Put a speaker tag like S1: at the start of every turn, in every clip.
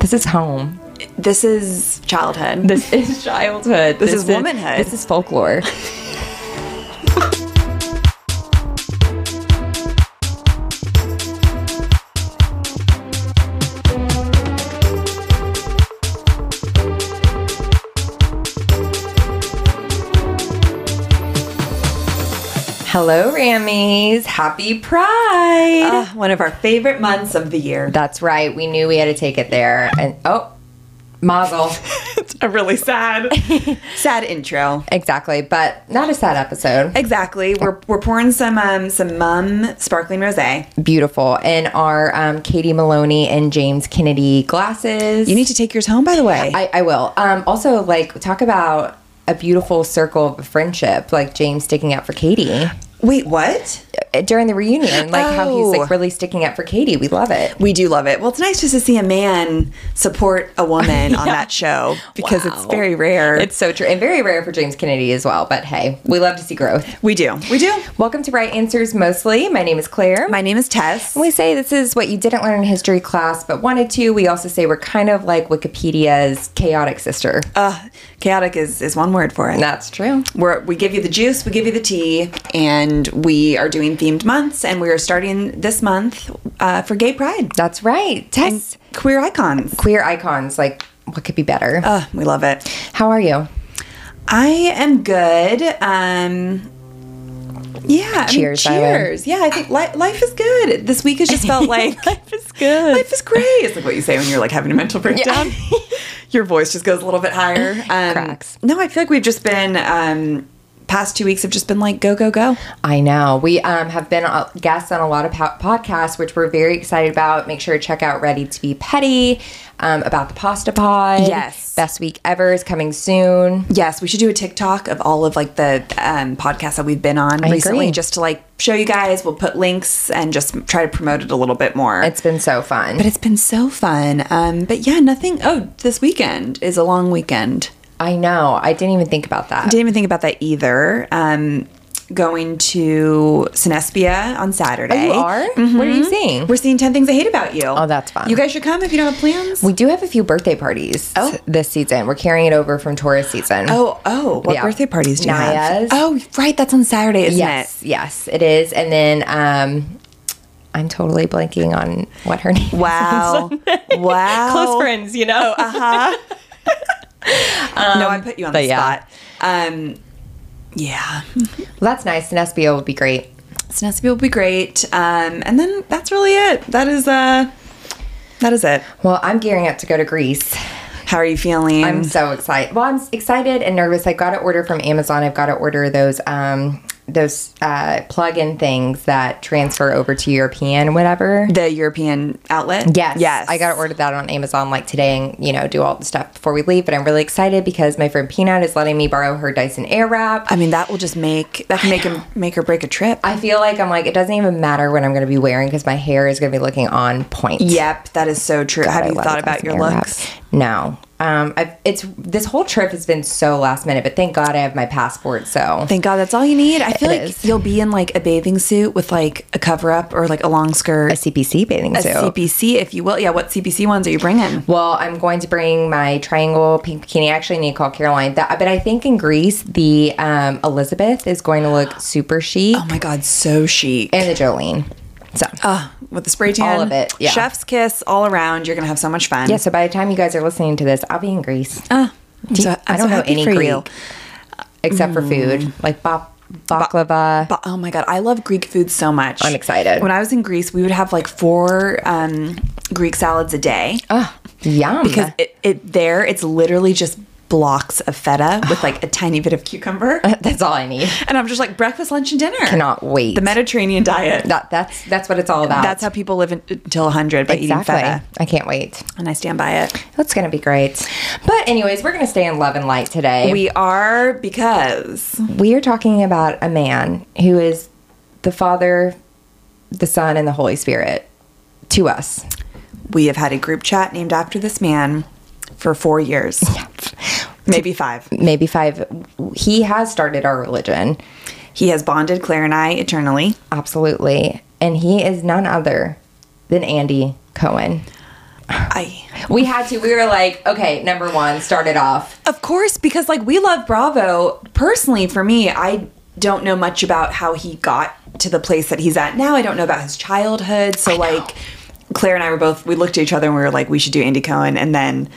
S1: This is home.
S2: This is childhood.
S1: This is childhood.
S2: This is womanhood.
S1: This is folklore. Hello, Rammies. Happy Pride.
S2: Ah, one of our favorite months of the year.
S1: That's right. We knew we had to take it there. And oh, Mazel.
S2: It's a really sad, sad intro.
S1: exactly. But not a sad episode.
S2: Exactly. We're, we're pouring some um some mum sparkling rosé.
S1: Beautiful. In our um, Katie Maloney and James Kennedy glasses.
S2: You need to take yours home, by the way.
S1: I, I will. Um, also, like, talk about a beautiful circle of friendship, like James sticking out for Katie uh,
S2: Wait, what?
S1: during the reunion, like how he's
S2: Oh.
S1: like really sticking out for Katie. We love it.
S2: We do love it. Well, it's nice just to see a man support a woman on that show because it's
S1: Wow.
S2: very rare.
S1: It's so true and very rare for James Kennedy as well. But hey, we love to see growth.
S2: we do. We do.
S1: Welcome to Right Answers Mostly. My name is Claire.
S2: My name is Tess.
S1: we say this is what you didn't learn in history class but wanted to. We also say we're kind of like Wikipedia's chaotic sister.
S2: Uh, chaotic is, is one word for it.
S1: That's true.
S2: We're, we give you the juice, we give you the tea, and we are doing themed months, and we are starting this month uh, for Gay Pride.
S1: That's right. Tess,
S2: Queer icons.
S1: queer icons, like what could be better?
S2: Uh, we love it.
S1: How are you?
S2: I am good. Um, yeah. I mean,
S1: Cheers, by the way.
S2: cheers. Yeah, I think li- life is good. This week has just felt like life is good. Life is great. It's like what you say when you're like having a mental breakdown. Your voice just goes a little bit higher. Um,
S1: Cracks.
S2: No, I feel like we've just been. Um, past two weeks have just been like go go go.
S1: I know. We um, have been uh, guests on a lot of po- podcasts, which we're very excited about. Make sure to check out Ready to Be Petty um, about the pasta pod.
S2: Yes.
S1: Best week ever is coming soon.
S2: Yes, we should do a TikTok of all of like the um, podcasts that we've been on recently,
S1: agree.
S2: just to like show you guys. We'll put links and just try to promote it a little bit more.
S1: It's been so fun.
S2: but it's been so fun. Um, but yeah, nothing. Oh, this weekend is a long weekend.
S1: I know. I didn't even think about that.
S2: Didn't even think about that either. Um, going to Synespia on Saturday.
S1: Oh, You are? Mm-hmm. What are you seeing?
S2: We're seeing ten things I hate about you. Oh,
S1: that's fun.
S2: You guys should come if you don't have plans.
S1: We do have a few birthday parties
S2: Oh.
S1: this season. We're carrying it over from Taurus season.
S2: oh, oh, what
S1: Yeah.
S2: birthday parties do you have?
S1: Naya's.
S2: Oh, right, that's on Saturday, isn't it?
S1: yes, yes, it is. And then um, I'm totally blanking on what her name. is.
S2: Wow. wow. Oh, uh-huh.
S1: friends, you know.
S2: no, I put you on
S1: but
S2: the
S1: yeah.
S2: spot. Um, yeah.
S1: That's nice. Sinespio would be great.
S2: Snazzy will be great. Um, and then that's really it. That is uh that is it.
S1: Well, I'm gearing up to go to Greece.
S2: How are you feeling?
S1: I'm so excited. Well, I'm s- excited and nervous. I got to order from Amazon. I've got to order those um those uh plug-in things that transfer over to European whatever.
S2: the European outlet?
S1: Yes.
S2: Yes.
S1: I got to order that on Amazon like today and, you know, do all the stuff before we leave. But I'm really excited because my friend Peanut is letting me borrow her Dyson Airwrap.
S2: I mean that will just make that can make him make or break a trip.
S1: I feel like I'm like, it doesn't even matter what I'm going to be wearing because my hair is going to be looking on point.
S2: yep, that is so true.
S1: I
S2: Have you
S1: love
S2: thought
S1: the
S2: about
S1: Dyson
S2: your
S1: Airwrap.
S2: looks?
S1: No. Um, I've, it's this whole trip has been so last minute, but thank God I have my passport. So
S2: Thank God that's all you need. I feel
S1: It
S2: like
S1: is.
S2: you'll be in like a bathing suit with like a cover up or like a long skirt.
S1: a CPC bathing
S2: a
S1: suit.
S2: CPC, if you will. Yeah, what CPC ones are you bringing?
S1: Well, I'm going to bring my triangle pink bikini. I actually need to call Caroline. That, but I think in Greece, the um, Elizabeth is going to look super chic,
S2: Oh my God, so chic.
S1: and the Jolene. So
S2: Ah, with the spray tan.
S1: All of it, yeah.
S2: Chef's kiss all around. You're going to have so much fun.
S1: yeah. So by the time you guys are listening to this, I'll be in Greece,
S2: Ah, I'm
S1: Do-
S2: so,
S1: I
S2: I'm
S1: don't
S2: so
S1: know
S2: happy
S1: any
S2: for
S1: Greek. uh,
S2: you. Hmm.
S1: except for food, like ba- baklava.
S2: But, oh my God, I love Greek food so much.
S1: I'm excited.
S2: When I was in Greece, we would have like four um, Greek salads a day.
S1: Ah, yum.
S2: because it, it there, it's literally just blocks of feta with like a tiny bit of cucumber.
S1: that's all I need.
S2: and I'm just like breakfast, lunch, and dinner.
S1: Uh. Cannot wait.
S2: The Mediterranean diet.
S1: that that's that's what it's all about.
S2: That's how people live in, until 100 by
S1: exactly.
S2: eating feta.
S1: I can't wait.
S2: And I stand by it.
S1: That's gonna be great. But anyways, we're gonna stay in love and light today.
S2: We are because
S1: we are talking about a man who is the Father, the Son, and the Holy Spirit to us.
S2: we have had a group chat named after this man for four years. Maybe five.
S1: Maybe five. He has started our religion,
S2: He has bonded Claire and I eternally.
S1: absolutely, and he is none other than Andy Cohen.
S2: I
S1: We had to. We were like, okay, number one, start it off.
S2: Of course, because like we love Bravo. Personally, for me, I don't know much about how he got to the place that he's at now. I don't know about his childhood. So like Claire and I were both we looked at each other and we were like, we should do Andy Cohen. And then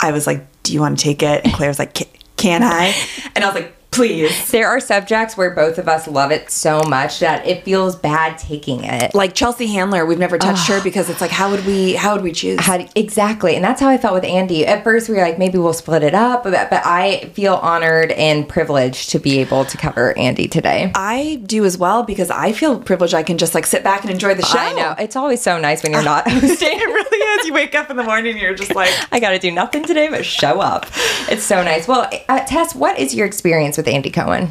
S2: I was like, do you want to take it? And Claire was like, "Ca- can I? And I was like, please.
S1: There are subjects where both of us love it so much that it feels bad taking it.
S2: Like Chelsea Handler, we've never touched her because it's like, how would we? How would we choose?
S1: Had, exactly. And that's how I felt with Andy. At first, we were like, maybe we'll split it up, but, but I feel honored and privileged to be able to cover Andy today.
S2: I do as well because I feel privileged. I can just like sit back and enjoy the show.
S1: I know. It's always so nice when you're not
S2: it
S1: hosting.
S2: really is. You wake up in the morning, and you're just like,
S1: I got to do nothing today but show up. It's so nice. Well, uh, Tess, what is your experience with Andy Cohen?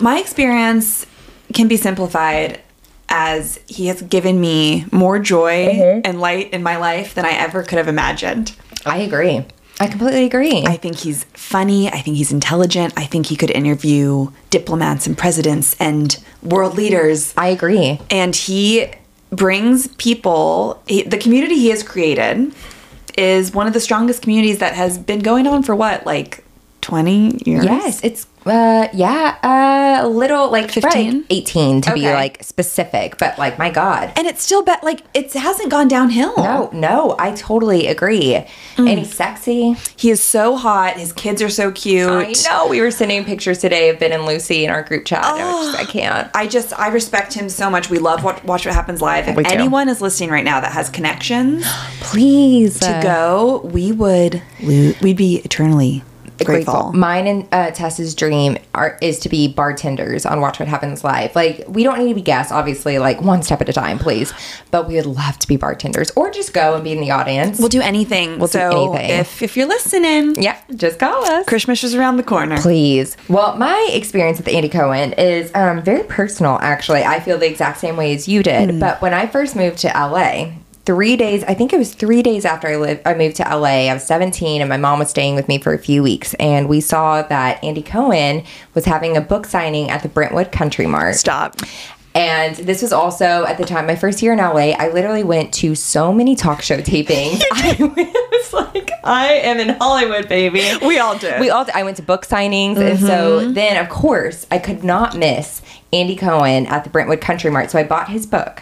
S2: my experience can be simplified as he has given me more joy
S1: Mm-hmm.
S2: and light in my life than I ever could have imagined.
S1: I agree. I completely agree.
S2: I think he's funny. I think he's intelligent. I think he could interview diplomats and presidents and world leaders.
S1: I agree.
S2: and he brings people he, the community he has created is one of the strongest communities that has been going on for what like 20 years
S1: Yes, it's uh yeah, uh a little like
S2: 15?
S1: right, 18 to be
S2: Okay.
S1: like specific, but like my god.
S2: and it's still bet like it hasn't gone downhill
S1: No, no, I totally agree. And he's sexy.
S2: he is so hot his kids are so cute
S1: I know we were sending pictures today of Ben and Lucy in our group chat. and I, was just, I can't.
S2: I just I respect him so much. We love what Watch What Happens Live. If
S1: We do.
S2: anyone is listening right now that has connections
S1: Please
S2: to go, we would lo- we'd be eternally grateful.
S1: Mine and uh, Tess's dream are is to be bartenders on Watch What Happens Live. Like we don't need to be guests, obviously. Like one step at a time, please. But we would love to be bartenders, or just go and be in the audience.
S2: We'll do anything. We'll
S1: do anything.
S2: If if you're listening,
S1: yeah, just call us.
S2: Christmas is around the corner.
S1: Please. Well, my experience with Andy Cohen is um, very personal, actually. I feel the exact same way as you did. But when I first moved to LA, three days, I think it was three days after I, lived, I moved to LA, I was 17 and my mom was staying with me for a few weeks. And we saw that Andy Cohen was having a book signing at the Brentwood Country Mart.
S2: Stop.
S1: And this was also at the time my first year in LA. I literally went to so many talk show tapings. I was like, I am in Hollywood, baby.
S2: We all did.
S1: We all. I went to book signings, and so
S2: Mm-hmm.
S1: then of course I could not miss Andy Cohen at the Brentwood Country Mart. So I bought his book,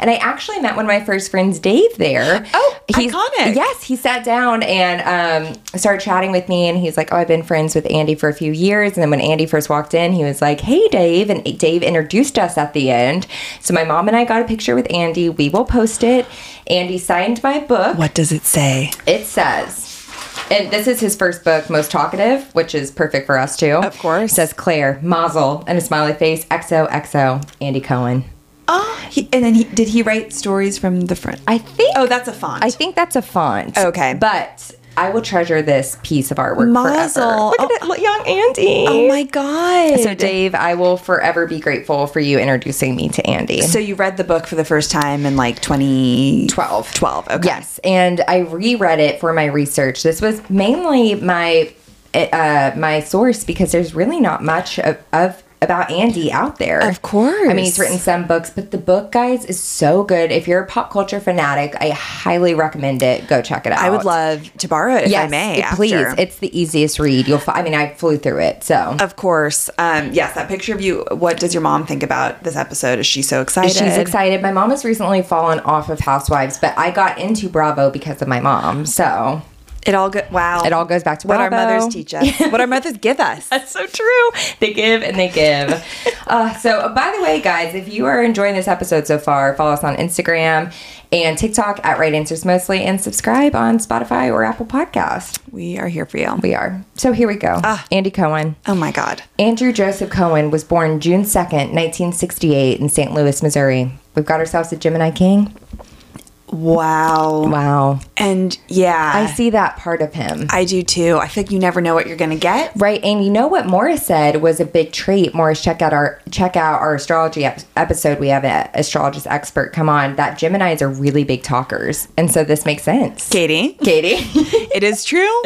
S1: and I actually met one of my first friends, Dave, there.
S2: Oh, iconic.
S1: Yes, he sat down and um, started chatting with me, and he's like, "Oh, I've been friends with Andy for a few years." And then when Andy first walked in, he was like, "Hey, Dave," and Dave introduced us at the end. So my mom and I got a picture with Andy. We will post it. Andy signed my book.
S2: What does it say?
S1: It says, and this is his first book, Most Talkative, which is perfect for us too.
S2: Of course.
S1: It says Claire, Mazel, and a smiley face, XOXO, Andy Cohen.
S2: Oh, he, and then he did he write stories from the front?
S1: I think.
S2: oh, that's a font.
S1: I think that's a font.
S2: Okay.
S1: But I will treasure this piece of artwork forever.
S2: Mazel.
S1: Look at
S2: Oh.
S1: it, look, young Andy.
S2: oh my god.
S1: So, Dave, I will forever be grateful for you introducing me to Andy.
S2: So you read the book for the first time in like 20
S1: 12.
S2: 12. Okay.
S1: Yes, and I reread it for my research. This was mainly my uh, my source because there's really not much of, of about Andy out there.
S2: Of course.
S1: I mean he's written some books, but the book, guys, is so good. If you're a pop culture fanatic, I highly recommend it. Go check it out.
S2: I would love to borrow it if
S1: Yes,
S2: I may.
S1: it- please.
S2: after. Oh,
S1: It's the easiest read. You'll. Fi- I mean, I flew through it, so.
S2: of course. Um, yes, that picture of you. What does your mom think about this episode? Is she so excited?
S1: She's excited. My mom has recently fallen off of Housewives, but I got into Bravo because of my mom. So
S2: It all go- wow.
S1: it all goes back to
S2: what our
S1: Bravo.
S2: mothers teach us. what our mothers give us.
S1: That's so true. They give and they give. uh, so, uh, by the way, guys, if you are enjoying this episode so far, follow us on Instagram and TikTok at Right Answers Mostly and subscribe on Spotify or Apple Podcast.
S2: We are here for you.
S1: We are. So, here we go. Andy Cohen.
S2: Oh my god.
S1: Andrew Joseph Cohen was born June 2nd, 1968, in St. Louis, Missouri. We've got ourselves a Gemini King.
S2: Wow.
S1: Wow.
S2: And yeah.
S1: I see that part of him.
S2: I do too. I feel like you never know what you're going to get.
S1: Right, and you know what Morris said was a big treat. Morris, check out our check out our astrology ep- episode. We have an astrologist expert come on. That Gemini's are really big talkers, and so this makes sense,
S2: Katie,
S1: Katie.
S2: it is true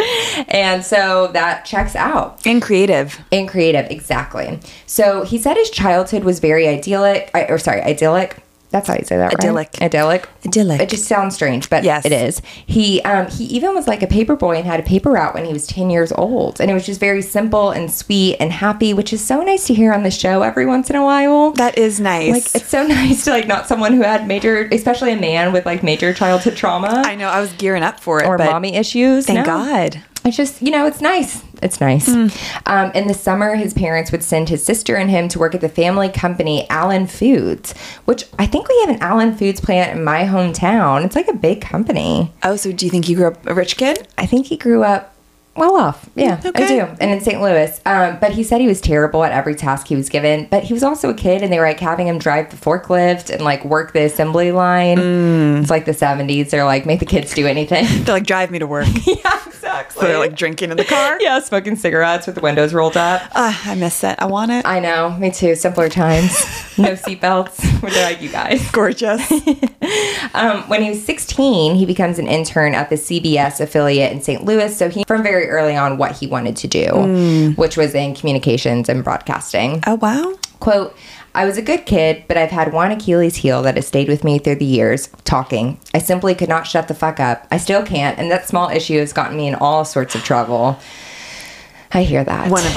S1: and so that checks out
S2: and creative.
S1: in creative exactly. So he said his childhood was very idyllic, I- or sorry, idyllic. That's how you say that, right?
S2: Idyllic.
S1: Idyllic.
S2: Idyllic.
S1: It just sounds strange, but
S2: Yes.
S1: it is. He um, he even was like a paper boy and had a paper route when he was 10 years old. And it was just very simple and sweet and happy, which is so nice to hear on the show every once in a while.
S2: That is nice.
S1: like it's so nice to like not someone who had major, especially a man with like major childhood trauma
S2: I know I was gearing up for it,
S1: or
S2: but
S1: mommy issues.
S2: thank
S1: No.
S2: God. Hmm.
S1: It's just, you know, it's nice. It's nice. Um, in the summer, his parents would send his sister and him to work at the family company Allen Foods, which I think we have an Allen Foods plant in my hometown. It's like a big company.
S2: Oh, so do you think you grew up a rich kid?
S1: I think he grew up well off. Yeah,
S2: Okay.
S1: I do. And in St. Louis. Um, but he said he was terrible at every task he was given. But he was also a kid, and they were like having him drive the forklift and like work the assembly line.
S2: Mm.
S1: It's like the 70s. They're like, make the kids do anything.
S2: They're like drive me to work.
S1: yeah, exactly.
S2: so they're like drinking in the car.
S1: yeah, smoking cigarettes with the windows rolled up.
S2: Ah, I miss it. I want it.
S1: I know, me too. Simpler times. no seatbelts. We're like you guys.
S2: Gorgeous.
S1: Um, when he was 16, he becomes an intern at the CBS affiliate in St. Louis. So he, from very early on, what he wanted to do,
S2: Mm.
S1: which was in communications and broadcasting.
S2: oh wow.
S1: Quote, I was a good kid, but I've had one Achilles heel that has stayed with me through the years talking. I simply could not shut the fuck up. I still can't, and that small issue has gotten me in all sorts of trouble. I hear that.
S2: One of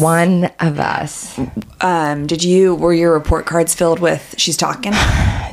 S1: One of us.
S2: Um, did you were your report cards filled with she's talking?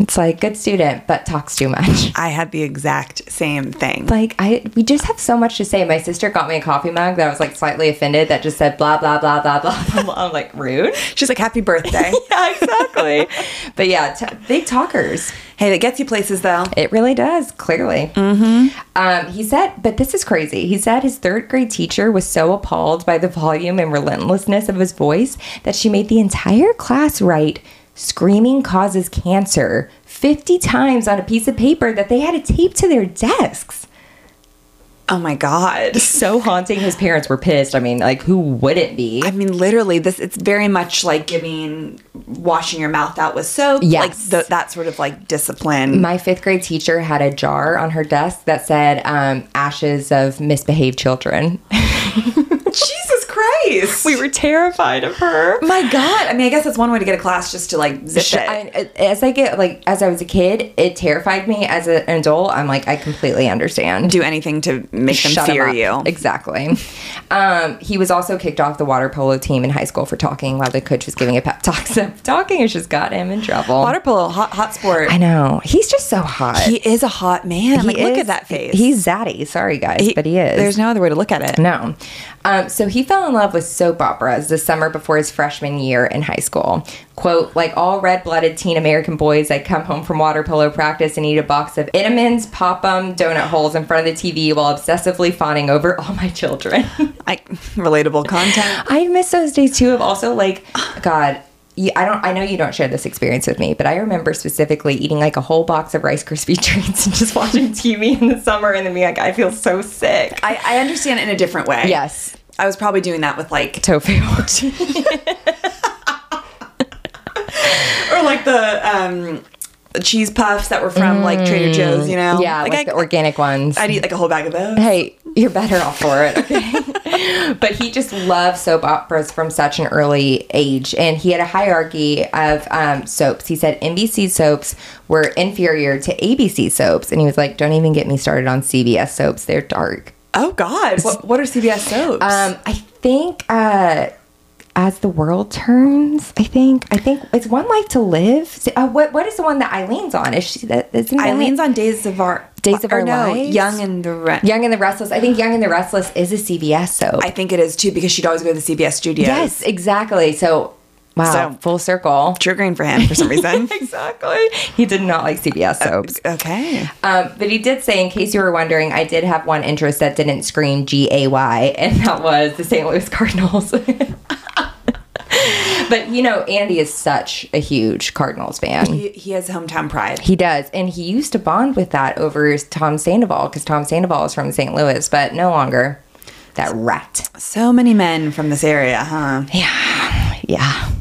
S1: It's like, good student, but talks too much.
S2: I had the exact same thing.
S1: Like I, we just have so much to say. My sister got me a coffee mug that I was like slightly offended that just said blah blah blah blah blah. blah, blah. I'm like rude.
S2: She's like, "Happy birthday."
S1: Yeah, exactly. but yeah, t- big talkers.
S2: hey, that gets you places though.
S1: It really does, clearly. Um, he said, but this is crazy. He said his third grade teacher was so appalled by the volume and relentlessness of his voice that she made the entire class write, Screaming causes cancer, 50 times on a piece of paper that they had to tape to their desks.
S2: Oh my god.
S1: So haunting. His parents were pissed. I mean, like, who wouldn't be?
S2: I mean, literally, this it's very much like giving washing your mouth out with soap,
S1: Yes. Mm.
S2: like th- that sort of like discipline.
S1: My fifth grade teacher had a jar on her desk that said um, ashes of misbehaved children.
S2: Jesus Christ! Oh
S1: we were terrified of her.
S2: my God! I mean, I guess that's one way to get a class just to like zip
S1: Sh-
S2: it.
S1: I, as I get like as I was a kid, it terrified me. As a- an adult, I'm like I completely understand.
S2: do anything to make them
S1: Shut him
S2: fear
S1: up.
S2: you.
S1: Exactly. Um, he was also kicked off the water polo team in high school for talking while the coach was giving a pep talk. So talking has just got him in trouble.
S2: Water polo, hot, hot sport.
S1: I know he's just so hot.
S2: he is a hot man. like, look
S1: is-
S2: at that face.
S1: He's zaddy. Sorry guys, but he is.
S2: There's no other way to look at it.
S1: No. Um, so he fell in love with soap operas the summer before his freshman year in high school. Quote, like all red blooded teen American boys, I'd come home from water polo practice and eat a box of Itamins, Pop 'em, donut holes in front of the TV while obsessively fawning over all my children.
S2: Like relatable content.
S1: I miss those days too, of also like, God. You, I don't. I know you don't share this experience with me, but I remember specifically eating like a whole box of Rice Krispie treats and just watching TV in the summer, and then being like, "I feel so sick."
S2: I, I understand it in a different way.
S1: Yes,
S2: I was probably doing that with like
S1: tofu.
S2: or like the um cheese puffs that were from like Trader Joe's, you know?
S1: Yeah, like,
S2: like, I,
S1: the organic ones.
S2: I'd eat like a whole bag of those.
S1: hey, you're better off for it. Okay? but he just loved soap operas from such an early age, and he had a hierarchy of um, soaps. He said NBC soaps were inferior to ABC soaps, and he was like, "Don't even get me started on CBS soaps. They're dark."
S2: Oh God, what, what are CBS soaps?
S1: Um, I think. Uh, as the world turns, I think I think it's one life to live. Uh, what what is the one that Eileen's on? Is she that? Isn't that
S2: Eileen's on Days of Our
S1: Days of
S2: or
S1: Our
S2: no,
S1: Lives?
S2: Young and the Rent.
S1: Young and the Restless. I think Young and the Restless is a CBS soap.
S2: I think it is too because she'd always go to the CBS studios.
S1: Yes, exactly. So, wow,
S2: So-
S1: full circle.
S2: triggering for him for some reason.
S1: Exactly. He did not like CBS soaps.
S2: okay,
S1: Um, but he did say, in case you were wondering, I did have one interest that didn't scream G A Y, and that was the St. Louis Cardinals. but you know, Andy is such a huge Cardinals fan.
S2: he, he has hometown pride.
S1: He does, and he used to bond with that over Tom Sandoval because Tom Sandoval is from St. Louis, but no longer. That rat.
S2: So many men from this area, huh?
S1: Yeah. Yeah.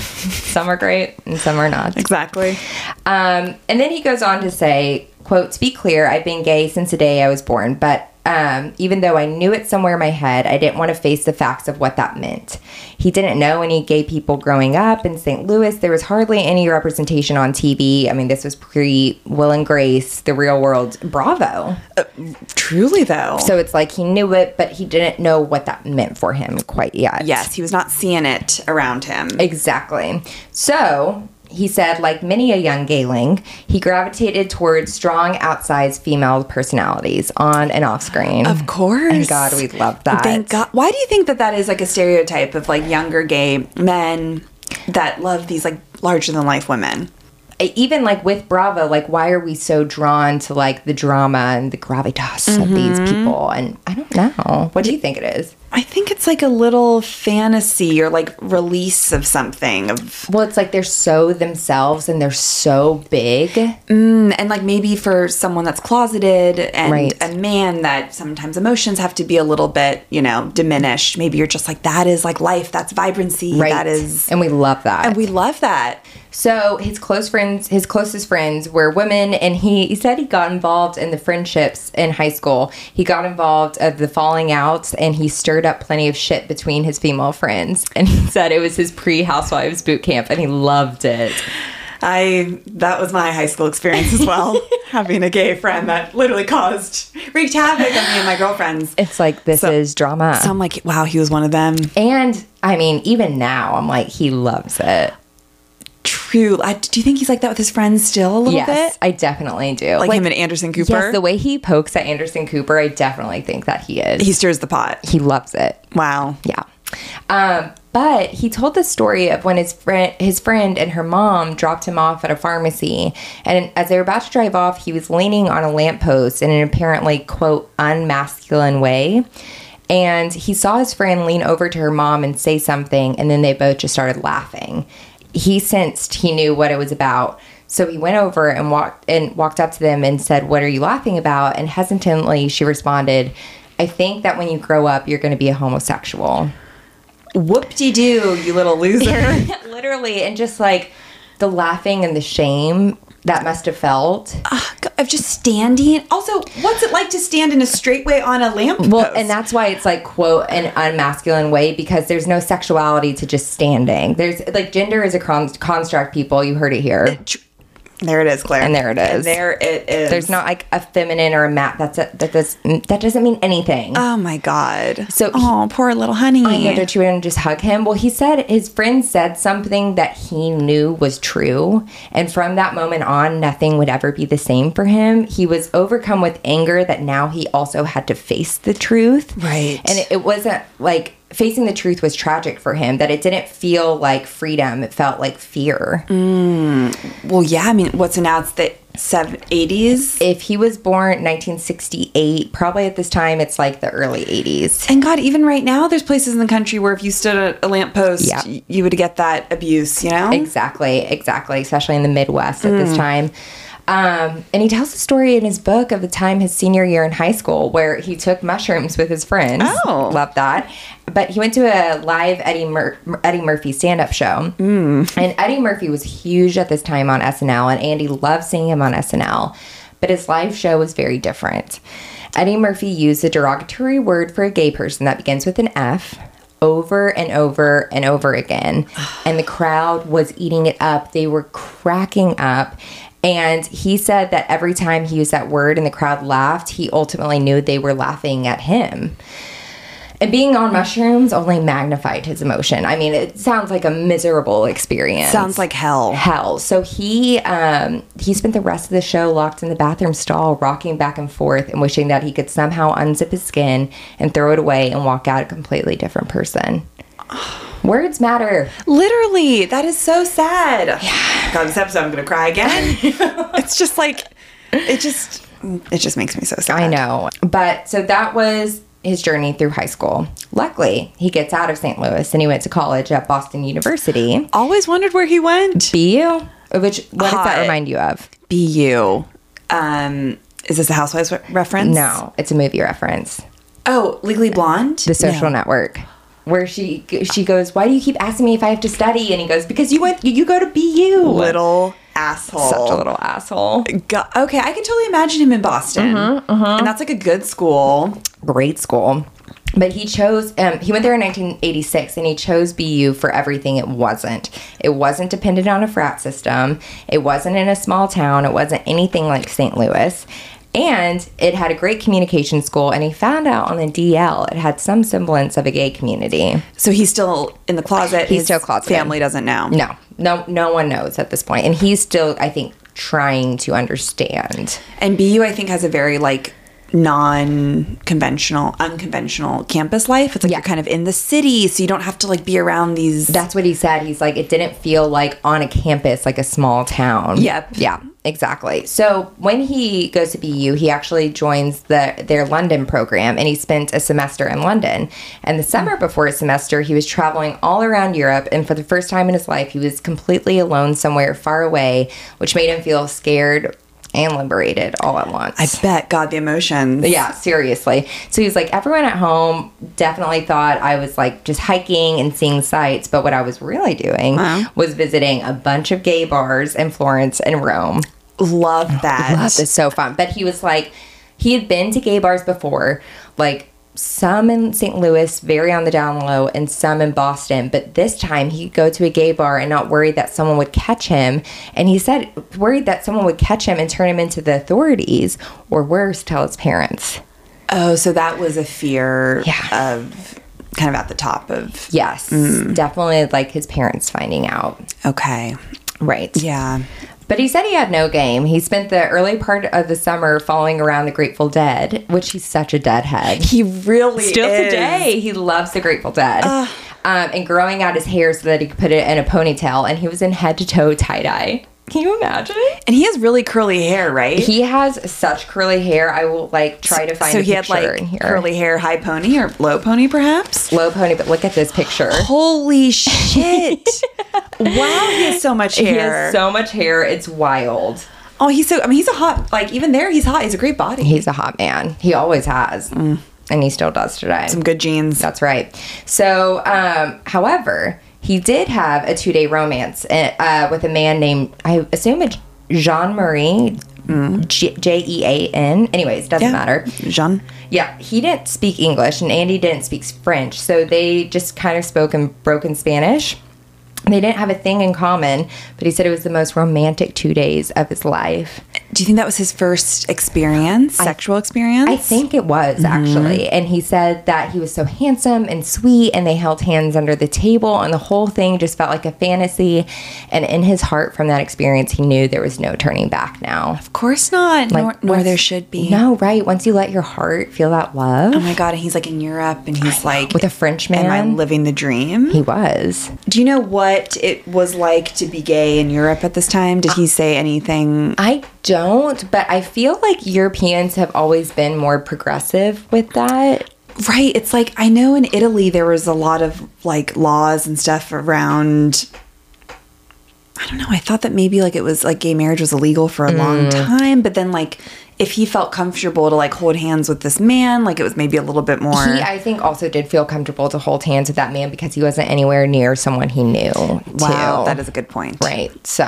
S1: some are great and some are not.
S2: Exactly.
S1: Um, and then he goes on to say, quote, to be clear, I've been gay since the day I was born, but um, even though I knew it somewhere in my head, I didn't want to face the facts of what that meant. He didn't know any gay people growing up in St. Louis. There was hardly any representation on TV. I mean, this was pre Will and Grace, The Real World, Bravo.
S2: Truly, though.
S1: So it's like he knew it, but he didn't know what that meant for him quite yet.
S2: yes, he was not seeing it around him.
S1: Exactly. So he said, like many a young Galing, he gravitated towards strong, outsized female personalities on and off screen.
S2: Of course.
S1: And God, we love that.
S2: Thank God. Why do you think that that is like a stereotype of like younger gay men that love these like larger than life women?
S1: Even like with Bravo, like why are we so drawn to like the drama and the gravitas of these people? And I don't know. What do you think it is?
S2: I think it's like a little fantasy or like release of something of
S1: Well, it's like they're so themselves and they're so big.
S2: and like maybe for someone that's closeted and
S1: Right.
S2: a man that sometimes emotions have to be a little bit, you know, diminished. Maybe you're just like that is like life, that's vibrancy,
S1: Right.
S2: that is
S1: and we love that.
S2: and we love that.
S1: So his close friends, his closest friends were women, and he, he said he got involved in the friendships in high school. He got involved of the falling outs, and he stirred up plenty of shit between his female friends. And he said it was his pre-housewives boot camp, and he loved it.
S2: I that was my high school experience as well. having a gay friend that literally caused wreaked havoc on me and my girlfriends.
S1: It's like this
S2: So-
S1: is drama,
S2: So I'm like, wow, he was one of them.
S1: and I mean, even now, I'm like he loves it.
S2: True. I, do you think he's like that with his friends still a little
S1: Yes,
S2: bit?
S1: I definitely do.
S2: Like, him and Anderson Cooper.
S1: Yes, the way he pokes at Anderson Cooper, I definitely think that he is.
S2: he stirs the pot.
S1: he loves it.
S2: Wow.
S1: Yeah. Um, but he told the story of when his friend his friend and her mom dropped him off at a pharmacy and as they were about to drive off he was leaning on a lamppost in an apparently quote unmasculine way and he saw his friend lean over to her mom and say something and then they both just started laughing he sensed he knew what it was about so he went over and walked and walked up to them and said what are you laughing about and hesitantly she responded i think that when you grow up you're going to be a homosexual
S2: Whoop de doo, you little loser.
S1: literally and just like the laughing and the shame that must have felt
S2: Ah, of just standing. Also, what's it like to stand in a straight way on a lamppost?
S1: well and that's why it's like quote an unmasculine way because there's no sexuality to just standing there's like gender is a con- construct people you heard it here
S2: there it is, Claire.
S1: And there it is.
S2: And there it is.
S1: there's not like a feminine or a mat that's a, that does that doesn't mean anything
S2: Oh my god.
S1: So he-
S2: oh, poor little honey.
S1: I know, don't you want to just hug him? Well, he said his friend said something that he knew was true. And from that moment on, nothing would ever be the same for him. He was overcome with anger that now he also had to face the truth.
S2: Right.
S1: And it, it wasn't like facing the truth was tragic for him, that it didn't feel like freedom. It felt like fear.
S2: well, yeah. I mean, what's announced that seven eighties.
S1: If he was born 1968, probably at this time, it's like the early 80s.
S2: And God, even right now, there's places in the country where if you stood at a lamppost,
S1: Yeah.
S2: y- you would get that abuse. You know.
S1: Exactly, exactly, especially in the Midwest at this time. Um, and he tells the story in his book of the time his senior year in high school where he took mushrooms with his friends.
S2: Oh.
S1: love that! But he went to a live Eddie Mur- Eddie Murphy stand up show, and Eddie Murphy was huge at this time on SNL, and Andy loved seeing him on SNL. But his live show was very different. Eddie Murphy used the derogatory word for a gay person that begins with an F over and over and over again. And the crowd was eating it up. They were cracking up. And he said that every time he used that word and the crowd laughed, he ultimately knew they were laughing at him. And being on mushrooms only magnified his emotion. I mean, it sounds like a miserable experience
S2: Sounds like hell.
S1: hell. So he um, he spent the rest of the show locked in the bathroom stall, rocking back and forth and wishing that he could somehow unzip his skin and throw it away and walk out a completely different person. Words matter.
S2: Literally, that is so sad. God, this episode, I'm gonna cry again. it's just like, it just, it just makes me so sad.
S1: I know. But so that was his journey through high school. Luckily, he gets out of St. Louis and he went to college at Boston University.
S2: Always wondered where he went.
S1: BU, which what does that
S2: Hot.
S1: remind you of?
S2: BU. Um, is this a Housewives re- reference?
S1: No, it's a movie reference.
S2: Oh, Legally Blonde.
S1: The Social Network, where she she goes, "Why do you keep asking me if I have to study?" And he goes, "Because you went, you go to BU."
S2: little asshole.
S1: Such a little asshole.
S2: Go- okay, I can totally imagine him in Boston,
S1: Mm-hmm,
S2: and that's like a good school.
S1: Great school. But he chose, um, he went there in 1986 and he chose BU for everything it wasn't. It wasn't dependent on a frat system. It wasn't in a small town. It wasn't anything like St. Louis. And it had a great communication school. And he found out on the DL it had some semblance of a gay community.
S2: So he's still in the closet.
S1: He's still closeted.
S2: Family doesn't know.
S1: No, no, no one knows at this point. And he's still, I think, trying to understand.
S2: And BU, I think, has a very like non-conventional, unconventional campus life. It's like you're kind of in the city, so you don't have to like be around these.
S1: That's what he said. He's like, it didn't feel like on a campus, like a small town.
S2: Yep.
S1: Yeah, exactly. So when he goes to BU, he actually joins the their London program, and he spent a semester in London. And the summer before his semester, he was traveling all around Europe, and for the first time in his life, he was completely alone somewhere far away, which made him feel scared and liberated all at once.
S2: I bet God the emotions.
S1: Yeah, seriously. So he was like, everyone at home definitely thought I was like just hiking and seeing sights, but what I was really doing was visiting a bunch of gay bars in Florence and Rome.
S2: Love that.
S1: This is so fun. But he was like, he had been to gay bars before, like some in St. Louis, very on the down low, and some in Boston. But this time he'd go to a gay bar and not worried that someone would catch him. And he said, worried that someone would catch him and turn him into the authorities or worse, tell his parents.
S2: Oh, so that was a fear
S1: Yeah.
S2: of kind of at the top of.
S1: Yes, definitely like his parents finding out.
S2: Okay.
S1: Right.
S2: Yeah.
S1: But he said he had no game. He spent the early part of the summer following around the Grateful Dead, which he's such a deadhead.
S2: He really
S1: Still
S2: is.
S1: today, he loves the Grateful Dead. Um, and growing out his hair so that he could put it in a ponytail, and he was in head to toe tie dye. Can you imagine?
S2: And he has really curly hair, right?
S1: He has such curly hair. I will like try to find.
S2: so
S1: a
S2: he had
S1: picture
S2: like
S1: in here.
S2: curly hair, high pony or low pony, perhaps.
S1: low pony, but look at this picture.
S2: Holy shit! wow, he has so much hair.
S1: He has so much hair. It's wild.
S2: oh, he's so. I mean, he's a hot. Like even there, he's hot. He's a great body.
S1: He's a hot man. He always has, and he still does today.
S2: Some good genes.
S1: That's right. So, um, however, he did have a two day romance uh, uh, with a man named, I assume it's Jean Marie, J E A N. Anyways, doesn't
S2: Yeah.
S1: matter.
S2: Jean.
S1: Yeah, he didn't speak English and Andy didn't speak French, so they just kind of spoke in broken Spanish. They didn't have a thing in common, but he said it was the most romantic two days of his life.
S2: Do you think that was his first experience, sexual experience?
S1: I think it was actually. And he said that he was so handsome and sweet, and they held hands under the table, and the whole thing just felt like a fantasy. And in his heart, from that experience, he knew there was no turning back now.
S2: Of course not. nor,
S1: Like,
S2: nor
S1: once-
S2: there should be.
S1: No, right. Once you let your heart feel that love
S2: Oh my god, and he's like in Europe, and he's like
S1: with a French
S2: Am I
S1: man,
S2: living the dream?
S1: he was.
S2: Do you know what it was like to be gay in Europe at this time? Did he say anything?
S1: I don't, but I feel like Europeans have always been more progressive with that.
S2: Right. It's like I know in Italy there was a lot of like laws and stuff around. I don't know. I thought that maybe like it was like gay marriage was illegal for a
S1: Mm.
S2: long time, but then like if he felt comfortable to like hold hands with this man, like it was maybe a little bit more.
S1: He, I think, also did feel comfortable to hold hands with that man because he wasn't anywhere near someone he knew.
S2: wow,
S1: too.
S2: that is a good point.
S1: Right. So,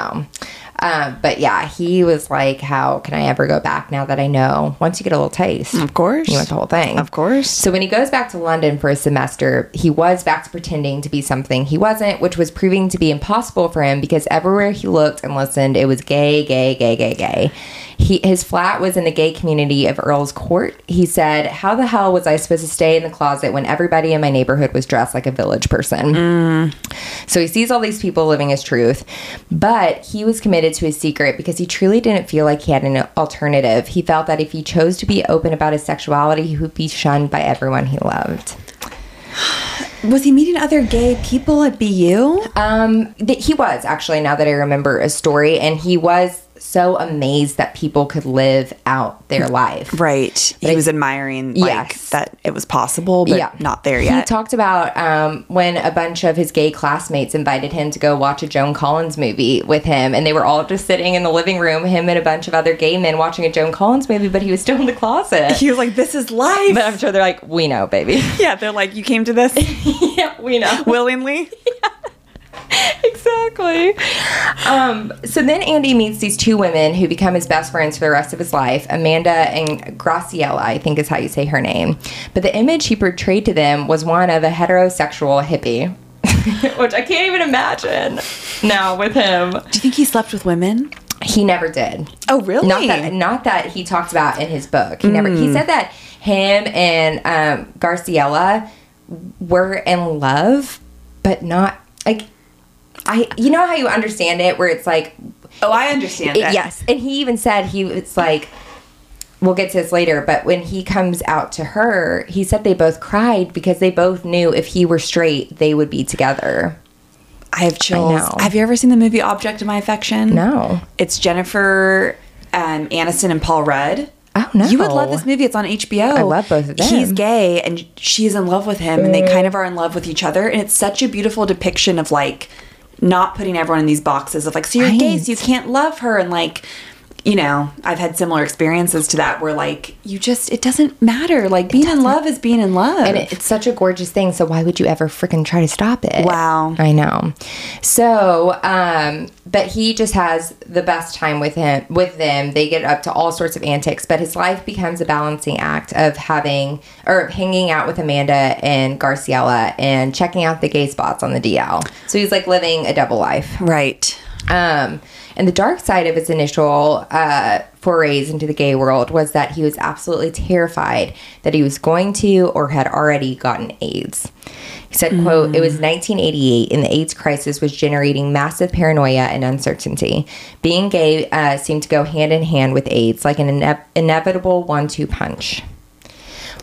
S1: um, but yeah, he was like, "How can I ever go back now that I know?" Once you get a little taste,
S2: Of course.
S1: you want the whole thing,
S2: Of course.
S1: So when he goes back to London for a semester, he was back to pretending to be something he wasn't, which was proving to be impossible for him because everywhere he looked and listened, it was gay, gay, gay, gay, gay. He, his flat was in the gay community of Earl's Court. He said, How the hell was I supposed to stay in the closet when everybody in my neighborhood was dressed like a village person?
S2: Mm.
S1: So he sees all these people living his truth, but he was committed to his secret because he truly didn't feel like he had an alternative. He felt that if he chose to be open about his sexuality, he would be shunned by everyone he loved.
S2: Was he meeting other gay people at BU?
S1: Um, th- he was actually, now that I remember a story, and he was so amazed that people could live out their life.
S2: Right. He was admiring like
S1: Yes.
S2: that it was possible, but not there
S1: He
S2: yet.
S1: talked about um, when a bunch of his gay classmates invited him to go watch a Joan Collins movie with him, and they were all just sitting in the living room, him and a bunch of other gay men watching a Joan Collins movie, but he was still in the closet.
S2: he was like, "This is life."
S1: but I'm sure they're like, we know, baby.
S2: yeah, they're like, "You came to this
S1: yeah, we know.
S2: willingly."
S1: exactly. Um, so then Andy meets these two women who become his best friends for the rest of his life Amanda and Graciela, I think is how you say her name. But the image he portrayed to them was one of a heterosexual hippie. Which I can't even imagine now with him.
S2: Do you think he slept with women?
S1: He never did.
S2: Oh, really?
S1: Not that not that he talked about in his book. He never he said that him and um Garciella were in love, but not like I you know how you understand it where it's like
S2: oh, I understand
S1: it-
S2: that.
S1: yes. And he even said he it's like we'll get to this later, but when he comes out to her, he said they both cried because they both knew if he were straight they would be together.
S2: I have chills.
S1: know.
S2: Have you ever seen the movie Object of My Affection?
S1: No.
S2: It's Jennifer um, Aniston and Paul Rudd.
S1: Oh, no.
S2: You would love this movie. It's on HBO. I
S1: love both of them.
S2: He's gay and she's in love with him, and they kind of are in love with each other. And it's such a beautiful depiction of like not putting everyone in these boxes of like, so you're gay,
S1: Right.
S2: so you can't love her, and like. You know, I've had similar experiences to that where, like, you just, it doesn't matter. Like, being in love is being in love.
S1: And it- it's such a gorgeous thing. So why would you ever freaking try to stop it?
S2: Wow.
S1: I know. So, um, but he just has the best time with him, with them. They get up to all sorts of antics, but his life becomes a balancing act of having, or of hanging out with Amanda and Garciela and checking out the gay spots on the DL. So he's like living a double life.
S2: right.
S1: Um, and the dark side of his initial uh, forays into the gay world was that he was absolutely terrified that he was going to or had already gotten AIDS. He said, quote, it was 1988 and the AIDS crisis was generating massive paranoia and uncertainty. Being gay uh, seemed to go hand in hand with AIDS, like an ine- inevitable one-two punch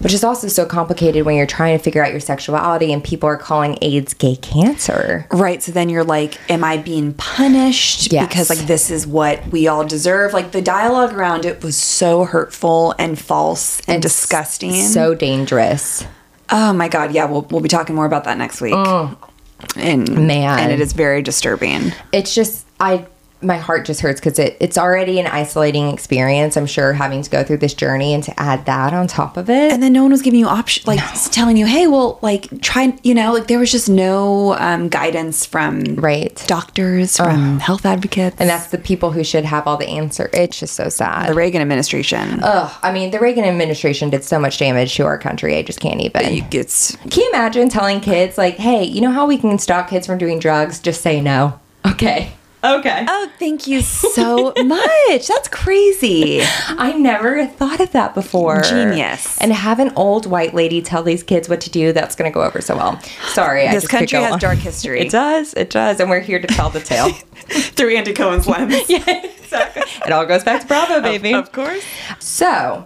S1: which is also so complicated when you're trying to figure out your sexuality and people are calling AIDS gay cancer.
S2: Right. So then you're like, am I being punished?
S1: Yes.
S2: Because like this is what we all deserve. Like the dialogue around it was so hurtful and false and, disgusting.
S1: So dangerous.
S2: oh my god, yeah, we'll we'll be talking more about that next week. And
S1: Man.
S2: And it is very disturbing.
S1: it's just I my heart just hurts because it, it's already an isolating experience. I'm sure having to go through this journey and to add that on top of it.
S2: And then no one was giving you option like telling you, hey, well, like try you know, like there was just no um, guidance from
S1: Right.
S2: doctors, from health advocates.
S1: And that's the people who should have all the answer. It's just so sad.
S2: the Reagan administration.
S1: Ugh. I mean, the Reagan administration did so much damage to our country. I just can't even.
S2: it's
S1: Can you imagine telling kids like, "Hey, you know how we can stop kids from doing drugs? Just say no." Okay. Okay.
S2: Oh, thank you so much. That's crazy.
S1: I never thought of that before.
S2: Genius.
S1: And have an old white lady tell these kids what to do, that's going to go over so well. Sorry. I
S2: This
S1: just could
S2: country
S1: go
S2: has
S1: on.
S2: dark history.
S1: It does. It does. And we're here to tell the tale.
S2: Through Andy Cohen's lens.
S1: yeah, exactly. It all goes back to Bravo, baby.
S2: course.
S1: So,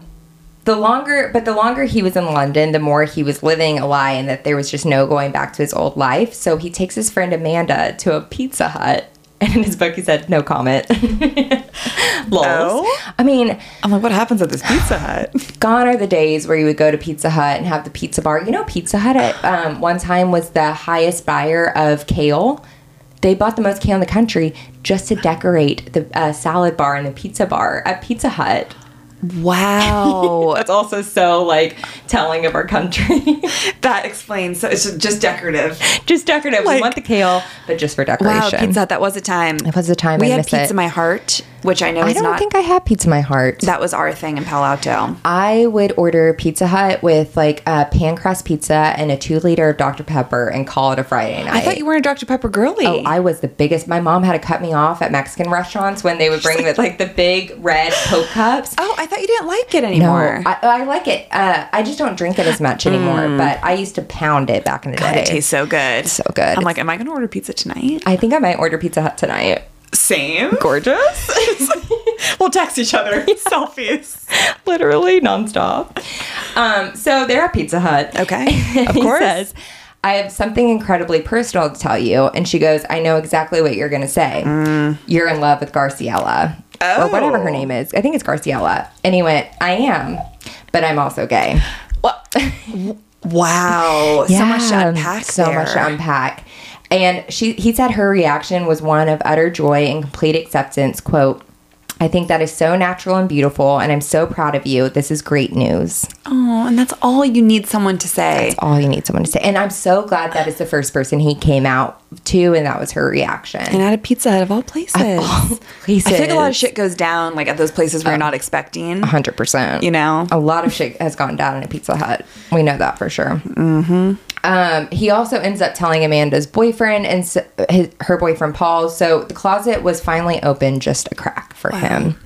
S1: the longer, but the longer he was in London, the more he was living a lie and that there was just no going back to his old life. So, he takes his friend Amanda to a Pizza Hut. And in his book, he said, no comment. Lols.
S2: Oh?
S1: I mean,
S2: I'm like, what happens at this Pizza Hut?
S1: gone are the days where you would go to Pizza Hut and have the pizza bar. You know, Pizza Hut at um, one time was the highest buyer of kale. They bought the most kale in the country just to decorate the uh, salad bar and the pizza bar at Pizza Hut.
S2: Wow.
S1: That's also so like telling of our country.
S2: that explains. So it's just decorative.
S1: just decorative. we
S2: Like-
S1: want the kale, but just for
S2: Wow,
S1: decoration.
S2: Pizza Hut. That was a time. It
S1: was a time,
S2: We
S1: I
S2: had
S1: miss it.
S2: Pizza My Heart, which I know
S1: I
S2: is
S1: don't
S2: not.
S1: think I have pizza my heart.
S2: that was our thing in Palo Alto.
S1: I would order Pizza Hut with like a pan crust pizza and a two liter of Dr Pepper and call it a Friday night.
S2: I thought you were a Dr Pepper girly.
S1: Oh, I was the biggest. My mom had to cut me off at Mexican restaurants when they would bring the, like the big red Coke cups.
S2: oh, I thought you didn't like it
S1: No,
S2: anymore.
S1: I, I like it. Uh, I just don't drink it as much anymore. But I used to pound it back in the
S2: Mm. God,
S1: day.
S2: it tastes so good. So
S1: good.
S2: I'm like, am I going to order pizza tonight?
S1: I think I might order Pizza Hut tonight.
S2: Same.
S1: Gorgeous,
S2: we'll text each other selfies.
S1: literally nonstop. Um, so they're at Pizza Hut.
S2: Okay, of
S1: He
S2: course.
S1: says, I have something incredibly personal to tell you. And she goes, I know exactly what you're going to say. You're in love with Garciela. Or whatever her
S2: Mm. Oh.
S1: name is. I think it's Garciela. And he went, I am, but I'm also gay.
S2: Wow, so much to
S1: Yeah,
S2: unpack.
S1: So
S2: there.
S1: much to unpack. And she, he said her reaction was one of utter joy and complete acceptance. Quote, I think that is so natural and beautiful, and I'm so proud of you. This is great news.
S2: Oh, and that's all you need someone to say.
S1: All you need someone to say. And I'm so glad that is the first person he came out to, and that was her reaction.
S2: And at a Pizza Hut of all places.
S1: all
S2: I think a lot of
S1: places. Oh.
S2: shit goes down like at those places we're not expecting.
S1: 100%.
S2: You know?
S1: a lot of shit has gone down in a Pizza Hut. We know that for sure. Mm-hmm. Um, he also ends up telling Amanda's boyfriend and s his, her boyfriend Paul. So the closet was finally open, just a crack for him.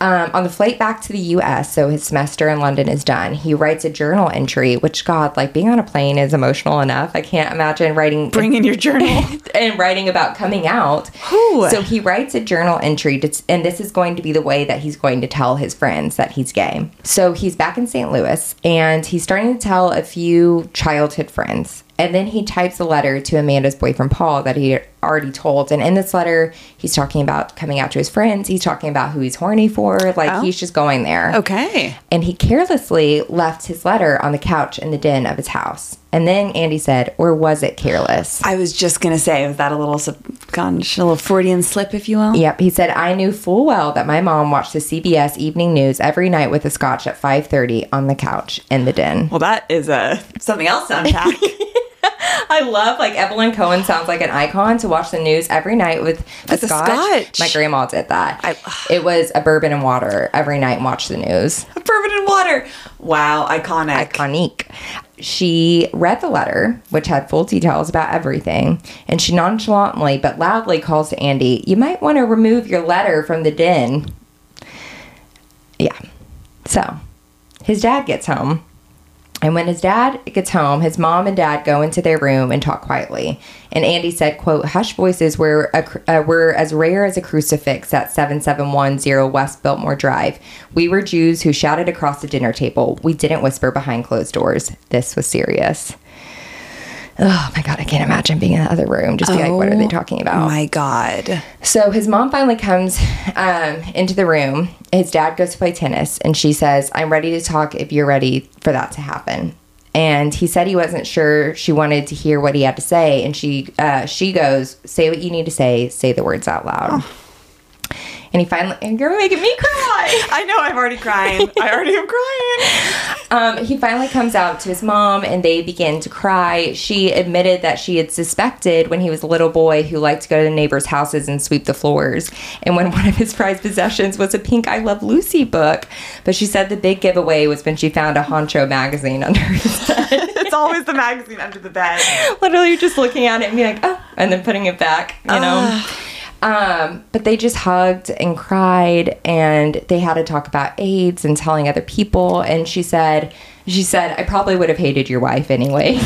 S1: Um, on the flight back to the U.S., so his semester in London is done. He writes a journal entry, which God, like being on a plane is emotional enough. I can't imagine writing
S2: Bring in your journal.
S1: and writing about coming out.
S2: Whew.
S1: So he writes a journal entry, to, and this is going to be the way that he's going to tell his friends that he's gay. So he's back in St. Louis, and he's starting to tell a few childhood friends. And then he types a letter to Amanda's boyfriend, Paul, that he had already told. And in this letter, he's talking about coming out to his friends. He's talking about who he's horny for. Like,
S2: Oh.
S1: he's just going there.
S2: okay.
S1: And he carelessly left his letter on the couch in the den of his house. And then Andy said, or was it careless?
S2: I was just gonna say, was that a little subconscious, a little Freudian slip, if you will?
S1: Yep, he said I knew full well that my mom watched the CBS evening news every night with a scotch at 5:30 on the couch in the den.
S2: Well, that is uh, something else to unpack.
S1: I love like Evelyn Cohen sounds like an icon to watch the news every night with a,
S2: With a
S1: scotch.
S2: scotch.
S1: My grandma did that.
S2: I-
S1: it was a bourbon and water every night and watch the news.
S2: Bourbon and water. Wow, iconic.
S1: Iconic. She read the letter, which had full details about everything, and she nonchalantly but loudly calls to Andy, "You might want to remove your letter from the den." Yeah. So his dad gets home. And when his dad gets home, his mom and dad go into their room and talk quietly. And Andy said, quote, hush voices were, a, cr- uh, were as rare as a crucifix at 7710 West Biltmore Drive. We were Jews who shouted across the dinner table. We didn't whisper behind closed doors. This was serious. Oh my God, I can't imagine being in the other room. Just be like, what are they talking about?
S2: My God.
S1: So his mom finally comes um, into the room. His dad goes to play tennis, and she says, I'm ready to talk if you're ready for that to happen. And he said he wasn't sure. She wanted to hear what he had to say, and she uh, she goes, "Say what you need to say. Say the words out loud." And he finally, and you're making me cry.
S2: I know. I'm already crying. I already am crying.
S1: Um, he finally comes out to his mom and they begin to cry. She admitted that she had suspected when he was a little boy who liked to go to neighbors' houses and sweep the floors, and when one of his prized possessions was a pink I Love Lucy book. But she said the big giveaway was when she found a honcho magazine under his bed.
S2: It's always the magazine under the bed.
S1: Literally just looking at it and being like, oh, and then putting it back, you know? Um, but they just hugged and cried and they had to talk about AIDS and telling other people. And she said, she said, I probably would have hated your wife anyway.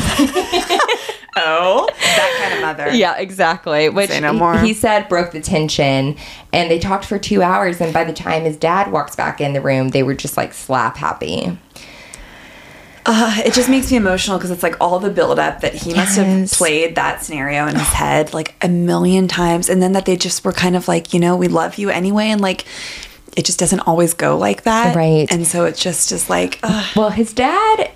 S2: Oh, that kind of mother.
S1: yeah, exactly. Which
S2: Say no more.
S1: he said broke the tension. And they talked for two hours. And by the time his dad walks back in the room, they were just like slap happy.
S2: Uh, it just makes me emotional because it's like all the buildup that he must have
S1: Yes.
S2: played that scenario in his head like a million times, and then that they just were kind of like, you know, we love you anyway, and like it just doesn't always go like that,
S1: Right.
S2: And so it just is like, ugh.
S1: Well, his dad,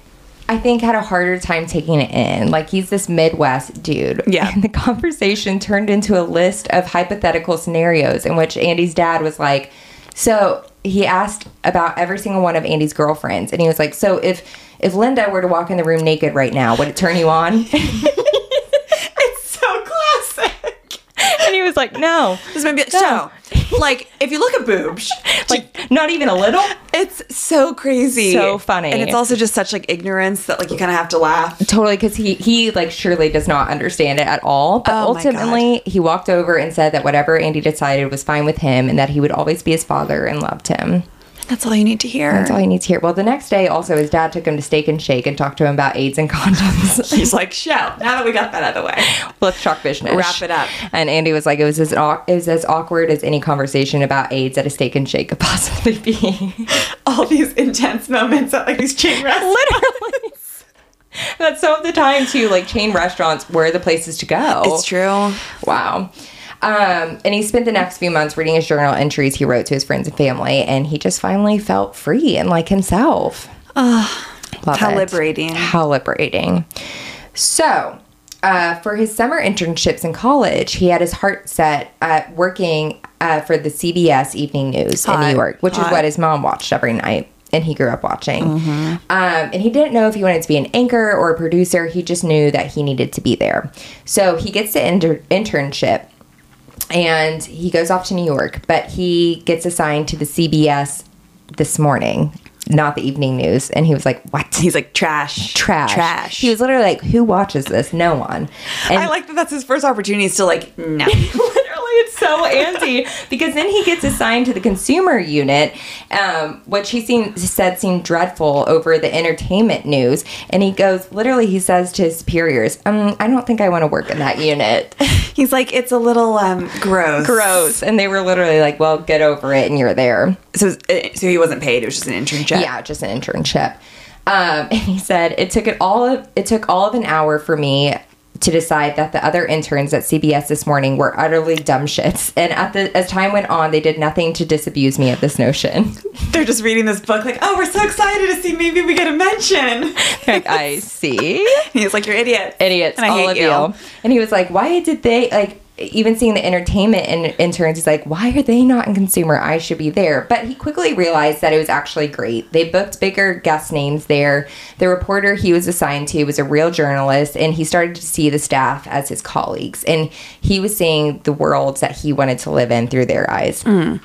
S1: I think, had a harder time taking it in. Like, he's this Midwest dude.
S2: Yeah.
S1: And the conversation turned into a list of hypothetical scenarios in which Andy's dad was like, so he asked about every single one of Andy's girlfriends, and he was like, "So if if Linda were to walk in the room naked right now, would it turn you on?"
S2: it's so classic.
S1: and he was like, "No,
S2: This might be so. Like if you look at boobs,
S1: like not even a little."
S2: it's so crazy,
S1: So funny.
S2: and it's also just such like ignorance that like you kind of have to laugh.
S1: totally because he he like surely does not understand it at all but
S2: Oh my God.
S1: ultimately he walked over and said that whatever andy decided was fine with him and that he would always be his father and loved him
S2: That's all you need to hear.
S1: that's all he needs here well the next day also his dad took him to steak and shake and talked to him about aids and condoms
S2: He's like, shout. Now that we got that out of the way.
S1: let's talk business
S2: Wrap it up.
S1: and andy was like it was as au- it was as awkward as any conversation about aids at a steak and shake could possibly be
S2: all these intense moments at like these chain restaurants.
S1: literally that's some of the time too like chain restaurants were the places to go
S2: true.
S1: Wow. Um, and he spent the next few months reading his journal entries he wrote to his friends and family, and he just finally felt free and like himself. Love
S2: how
S1: it.
S2: liberating.
S1: How liberating. So, uh, for his summer internships in college, he had his heart set at working uh, for the CBS Evening News in
S2: Hot.
S1: New York, which
S2: Hot. Mm-hmm.
S1: is what his mom watched every night. And he grew up watching. Um, and he didn't know if he wanted to be an anchor or a producer. He just knew that he needed to be there. So he gets the inter- internship and he goes off to New York, but he gets assigned to the CBS this morning, not the evening news. And he was like, What?
S2: He's like trash,
S1: Trash.
S2: trash.
S1: He was literally like, Who watches this? No one. And
S2: I like that. That's his first opportunity. Is to like no.
S1: literally it's so anti because then he gets assigned to the consumer unit um, which he seemed, said seemed dreadful over the entertainment news and he goes literally he says to his superiors um, i don't think i want to work in that unit
S2: He's like it's a little um gross.
S1: gross and they were literally like well get over it and you're there
S2: So uh, so he wasn't paid. It was just an internship.
S1: yeah just an internship um, and he said it took it all of it took all of an hour for me to decide that the other interns at CBS this morning were utterly dumb shits, and at the as time went on, they did nothing to disabuse me of this notion.
S2: They're just reading this book like oh we're so excited to see maybe we get a mention.
S1: like I see,
S2: He's like you're idiot.
S1: idiots,
S2: And I
S1: all
S2: hate
S1: of
S2: you.
S1: you. And he was like, "Why did they like?" Even seeing the entertainment in, interns, he's like, "Why are they not in consumer? I should be there." But he quickly realized that it was actually great. They booked bigger guest names there. The reporter he was assigned to was a real journalist, and he started to see the staff as his colleagues. And he was seeing the worlds that he wanted to live in through their eyes.
S2: Mm.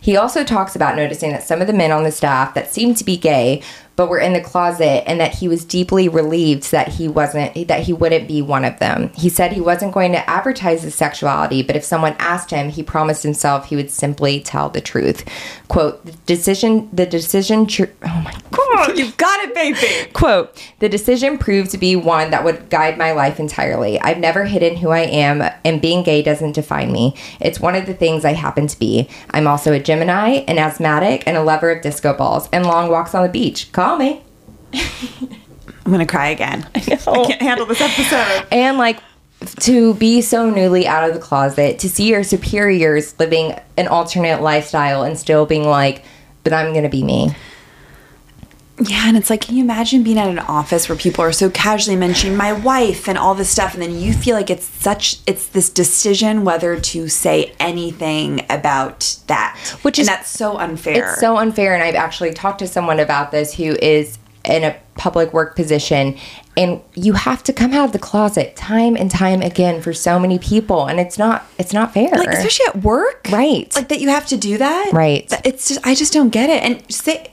S1: He also talks about noticing that some of the men on the staff that seemed to be gay but were in the closet and that he was deeply relieved that he wasn't that he wouldn't be one of them. He said he wasn't going to advertise his sexuality, but if someone asked him, he promised himself he would simply tell the truth. Quote, the decision the decision tr- oh my god
S2: You've got it, baby.
S1: quote the decision proved to be one that would guide my life entirely i've never hidden who i am and being gay doesn't define me it's one of the things i happen to be i'm also a gemini an asthmatic and a lover of disco balls and long walks on the beach call me
S2: I'm gonna cry again. I can't handle this episode.
S1: and like to be so newly out of the closet to see your superiors living an alternate lifestyle and still being like but i'm gonna be me
S2: Yeah, and it's like, can you imagine being at an office where people are so casually mentioning my wife and all this stuff, and then you feel like it's such it's this decision whether to say anything about that,
S1: Which
S2: and
S1: is-
S2: that's so unfair.
S1: It's so unfair, and I've actually talked to someone about this who is in a public work position, and you have to come out of the closet time and time again for so many people, and it's not it's not fair.
S2: like especially at work,
S1: Right.
S2: Like that you have to do that,
S1: Right.
S2: That- It's just I just don't get it, and say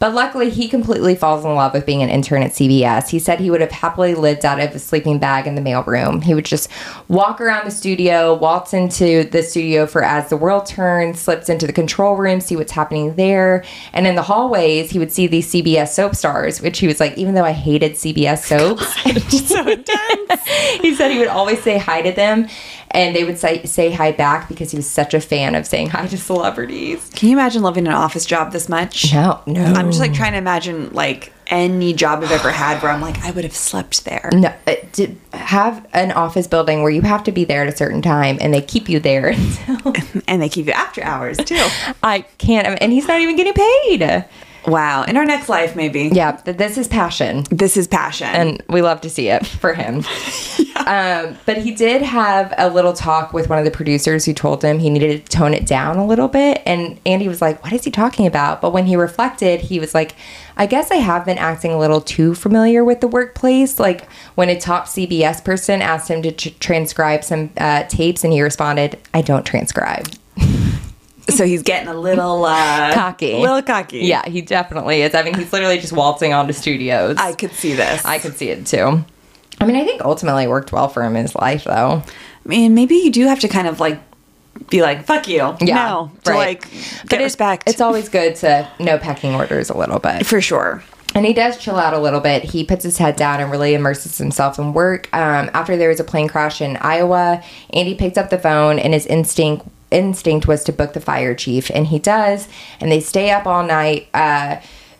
S1: But luckily, he completely falls in love with being an intern at CBS. He said he would have happily lived out of a sleeping bag in the mailroom. He would just walk around the studio, waltz into the studio for As the World Turns, slips into the control room, see what's happening there. And in the hallways, he would see these CBS soap stars, which he was like, even though I hated CBS soaps, he said he would always say hi to them. And they would say, say hi back because he was such a fan of saying hi to celebrities.
S2: Can you imagine loving an office job this much?
S1: No, no.
S2: I'm just like trying to imagine like any job I've ever had where I'm like I would have slept there.
S1: No, uh, to have an office building where you have to be there at a certain time and they keep you there. until-
S2: And they keep you after hours too.
S1: I can't, and he's not even getting paid.
S2: Wow. In our next life, maybe.
S1: Yeah, th- this is passion,
S2: This is passion.
S1: and we love to see it for him. um, but he did have a little talk with one of the producers who told him he needed to tone it down a little bit. And Andy was like, What is he talking about? But when he reflected, he was like, I guess I have been acting a little too familiar with the workplace. Like when a top CBS person asked him to tr- transcribe some uh, tapes, and he responded, I don't transcribe.
S2: so he's getting a little uh,
S1: Cocky.
S2: Little cocky.
S1: Yeah, he definitely is. I mean, he's literally just waltzing onto studios.
S2: I could see this.
S1: I could see it too. I mean, I think ultimately it worked well for him in his life, though.
S2: I mean, maybe you do have to kind of like be like, fuck you. No. To
S1: right.
S2: like get
S1: But it-
S2: respect.
S1: It's always good to know pecking orders a little bit.
S2: for sure.
S1: And he does chill out a little bit. He puts his head down and really immerses himself in work. Um, after there was a plane crash in Iowa, Andy picked up the phone and his instinct instinct was to book the fire chief, and he does. And they stay up all night. Uh,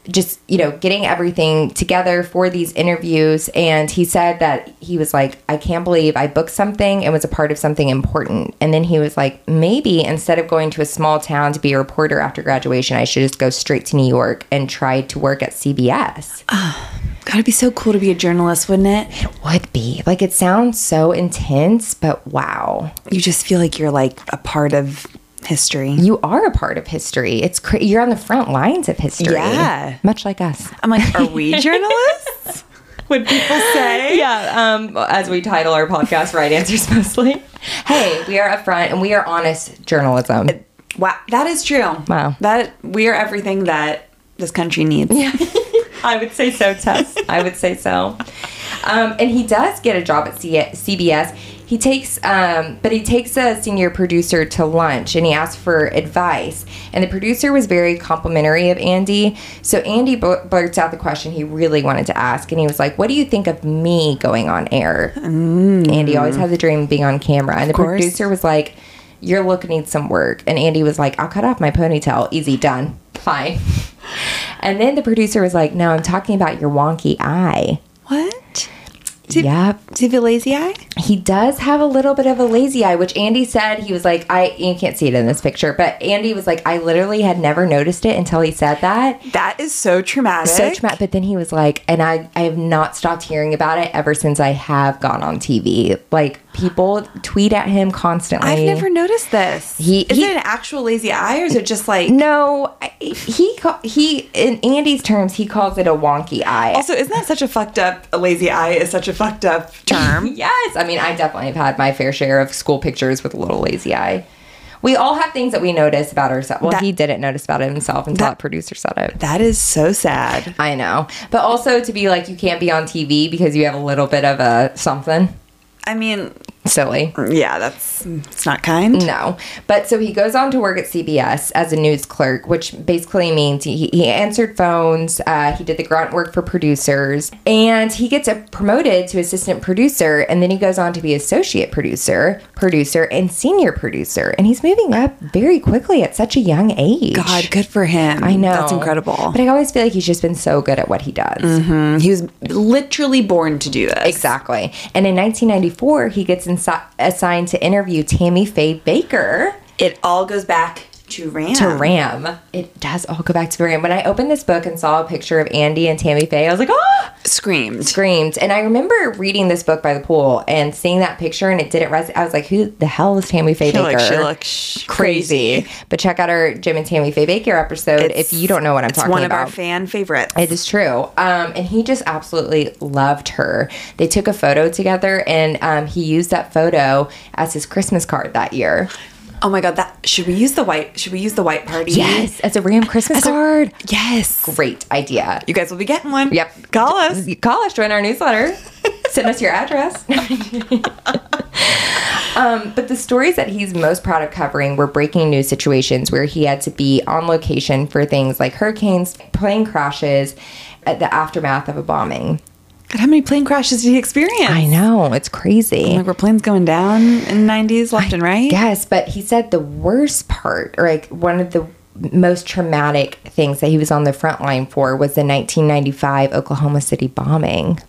S1: just you know getting everything together for these interviews and he said that he was like i can't believe i booked something and was a part of something important and then he was like maybe instead of going to a small town to be a reporter after graduation i should just go straight to new york and try to work at cbs
S2: Gotta be so cool to be a journalist, wouldn't it?
S1: Would be. Like it sounds so intense, but wow.
S2: You just feel like you're like a part of history.
S1: You are a part of history. It's cra- you're on the front lines of history.
S2: Yeah.
S1: Much like us.
S2: I'm like, are we journalists? Would people say?
S1: yeah, um, as we title our podcast, right answers mostly. Hey, we are upfront and we are honest journalism.
S2: Wow, that is true.
S1: Wow.
S2: that we are everything that this country needs.
S1: I would say so, Tess. I would say so. Um, and he does get a job at C- CBS. He takes, um, but he takes a senior producer to lunch and he asks for advice. And the producer was very complimentary of Andy. So Andy bl- blurts out the question he really wanted to ask. And he was like, What do you think of me going on air? Andy always has a dream of being on camera. And the
S2: Mm-hmm. course.
S1: producer was like, Your look needs some work. And Andy was like, I'll cut off my ponytail. Easy, done. Fine. And then the producer was like, No, I'm talking about your wonky eye.
S2: What? Does he-
S1: Yep.
S2: Does he have a lazy eye?
S1: He does have a little bit of a lazy eye, which Andy said he was like, I you can't see it in this picture, but Andy was like, I literally had never noticed it until he said that.
S2: That is so traumatic.
S1: So traumatic. But then he was like, and I, I have not stopped hearing about it ever since I have gone on TV. Like people tweet at him constantly.
S2: I've never noticed this.
S1: He-
S2: is
S1: he-
S2: it an actual lazy eye, or is it just like?
S1: No, I- he ca- he in Andy's terms he calls it a wonky eye.
S2: Also, isn't that such a fucked up? A lazy eye is such a fucked up term.
S1: Yes, I mean, I definitely have had my fair share of school pictures with a little lazy eye. We all have things that we notice about ourselves. Well,
S2: That-
S1: he didn't notice about it himself until
S2: That-
S1: that, producer said it.
S2: that is so sad.
S1: I know, but also to be like you can't be on TV because you have a little bit of a something
S2: I mean,
S1: silly.
S2: yeah, that's it's not kind.
S1: No, but so he goes on to work at CBS as a news clerk, which basically means he, he answered phones, uh, he did the grunt work for producers, and he gets a, promoted to assistant producer, and then he goes on to be associate producer, producer, and senior producer, and he's moving up very quickly at such a young age.
S2: God, good for him.
S1: I know
S2: that's incredible.
S1: but I always feel like he's just been so good at what he does.
S2: Mm, he was literally born to do this.
S1: Exactly. And in 1994, he gets insi- assigned to interview Tammy Faye Baker.
S2: It all goes back to Ram.
S1: to Ram. It does all go back to Ram. When I opened this book and saw a picture of Andy and Tammy Faye, I was like, oh,
S2: Screamed.
S1: screamed. And I remember reading this book by the pool and seeing that picture, and it didn't res. I was like, who the hell is Tammy Faye
S2: She
S1: Baker?
S2: looks, she looks
S1: crazy. But check out our Jim and Tammy Faye Baker episode if you don't know what I'm
S2: it's
S1: talking
S2: one of
S1: about.
S2: our fan favorites.
S1: It is true. Um, and he just absolutely loved her. They took a photo together, and um, he used that photo as his Christmas card that year.
S2: oh my god, that should we use the white? Should we use the white party?
S1: Yes, as a Ram Christmas
S2: a-
S1: card.
S2: yes.
S1: Great idea.
S2: You guys will be getting one.
S1: Yep. Mm.
S2: Call us.
S1: You call us, join our newsletter, send us your address. um, but the stories that he's most proud of covering were breaking news situations where he had to be on location for things like hurricanes, plane crashes, at the aftermath of a bombing.
S2: God, how many plane crashes did he experience?
S1: I know, it's crazy.
S2: Like were planes going down in the 90s left and right?
S1: Yes, but he said the worst part, or like one of the most traumatic things that he was on the front line for was the 1995 Oklahoma City bombing.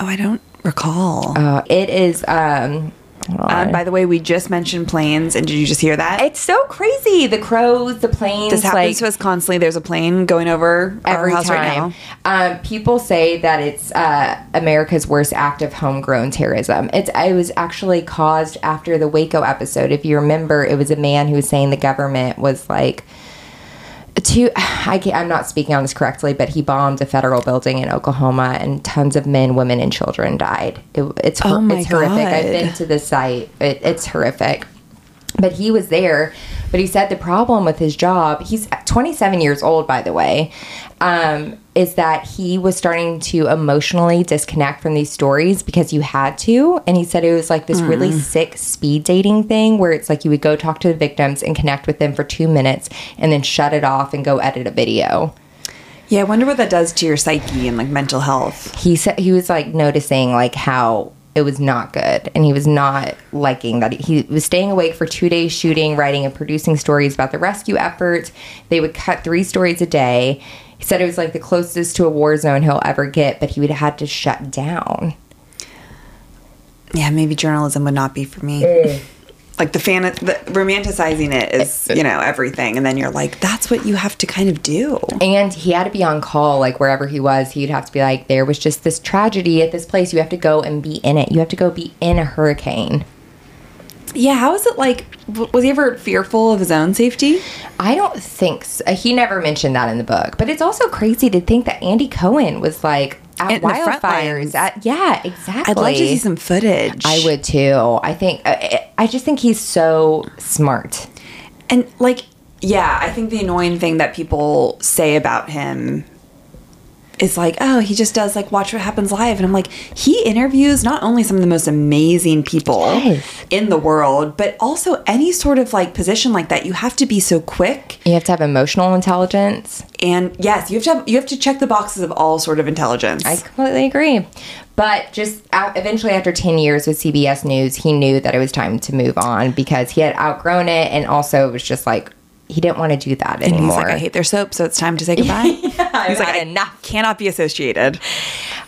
S2: Oh, I don't recall.
S1: Uh, it is. Um, hold
S2: Uh,
S1: on.
S2: by the way, we just mentioned planes, and did you just hear that?
S1: it's so crazy. The crows, the planes.
S2: this happens
S1: like,
S2: to us constantly. There's a plane going over
S1: every
S2: our house right
S1: time.
S2: now.
S1: um, people say that it's uh, America's worst act of homegrown terrorism. It's it was actually caused after the Waco episode. If you remember, it was a man who was saying the government was like. To, I can't, I'm not speaking on this correctly, but he bombed a federal building in Oklahoma, and tons of men, women, and children died. It, it's hor-
S2: Oh my
S1: it's horrific. I've
S2: God.
S1: been to the site. It, it's horrific. But he was there. But he said the problem with his job, he's 27 years old, by the way, um, is that he was starting to emotionally disconnect from these stories because you had to. And he said it was like this really sick speed dating thing where it's like you would go talk to the victims and connect with them for two minutes and then shut it off and go edit a video.
S2: Yeah, I wonder what that does to your psyche and like mental health.
S1: He said he was like noticing like how it was not good and he was not liking that he was staying awake for two days shooting writing and producing stories about the rescue effort they would cut three stories a day he said it was like the closest to a war zone he'll ever get but he would have had to shut down
S2: Yeah, maybe journalism would not be for me. Mm. like the fan the romanticizing it is you know everything and then you're like that's what you have to kind of do
S1: And he had to be on call, like wherever he was, he'd have to be like, there was just this tragedy at this place. You have to go and be in it. You have to go be in a hurricane.
S2: yeah how is it like w- was he ever fearful of his own safety
S1: I don't think so. he never mentioned that in the book, but it's also crazy to think that Andy Cohen was like at
S2: In the front lines.
S1: wildfires. At, yeah, exactly.
S2: i'd love to see some footage
S1: I would too. I think I, I just think he's so smart.
S2: and like yeah i think the annoying thing that people say about him is like oh he just does like watch what happens live and i'm like he interviews not only some of the most amazing people
S1: Yes.
S2: in the world but also any sort of like position like that you have to be so quick
S1: You have to have emotional intelligence.
S2: and yes you have to have, you have to check the boxes of all sort of intelligence
S1: I completely agree. But just a- eventually, after 10 years with CBS News, he knew that it was time to move on because he had outgrown it. And also, it was just like, he didn't want to do that
S2: And he's
S1: anymore.
S2: like, I hate their soap, so it's time to say goodbye. he's like,
S1: had
S2: I
S1: enough."
S2: cannot be associated.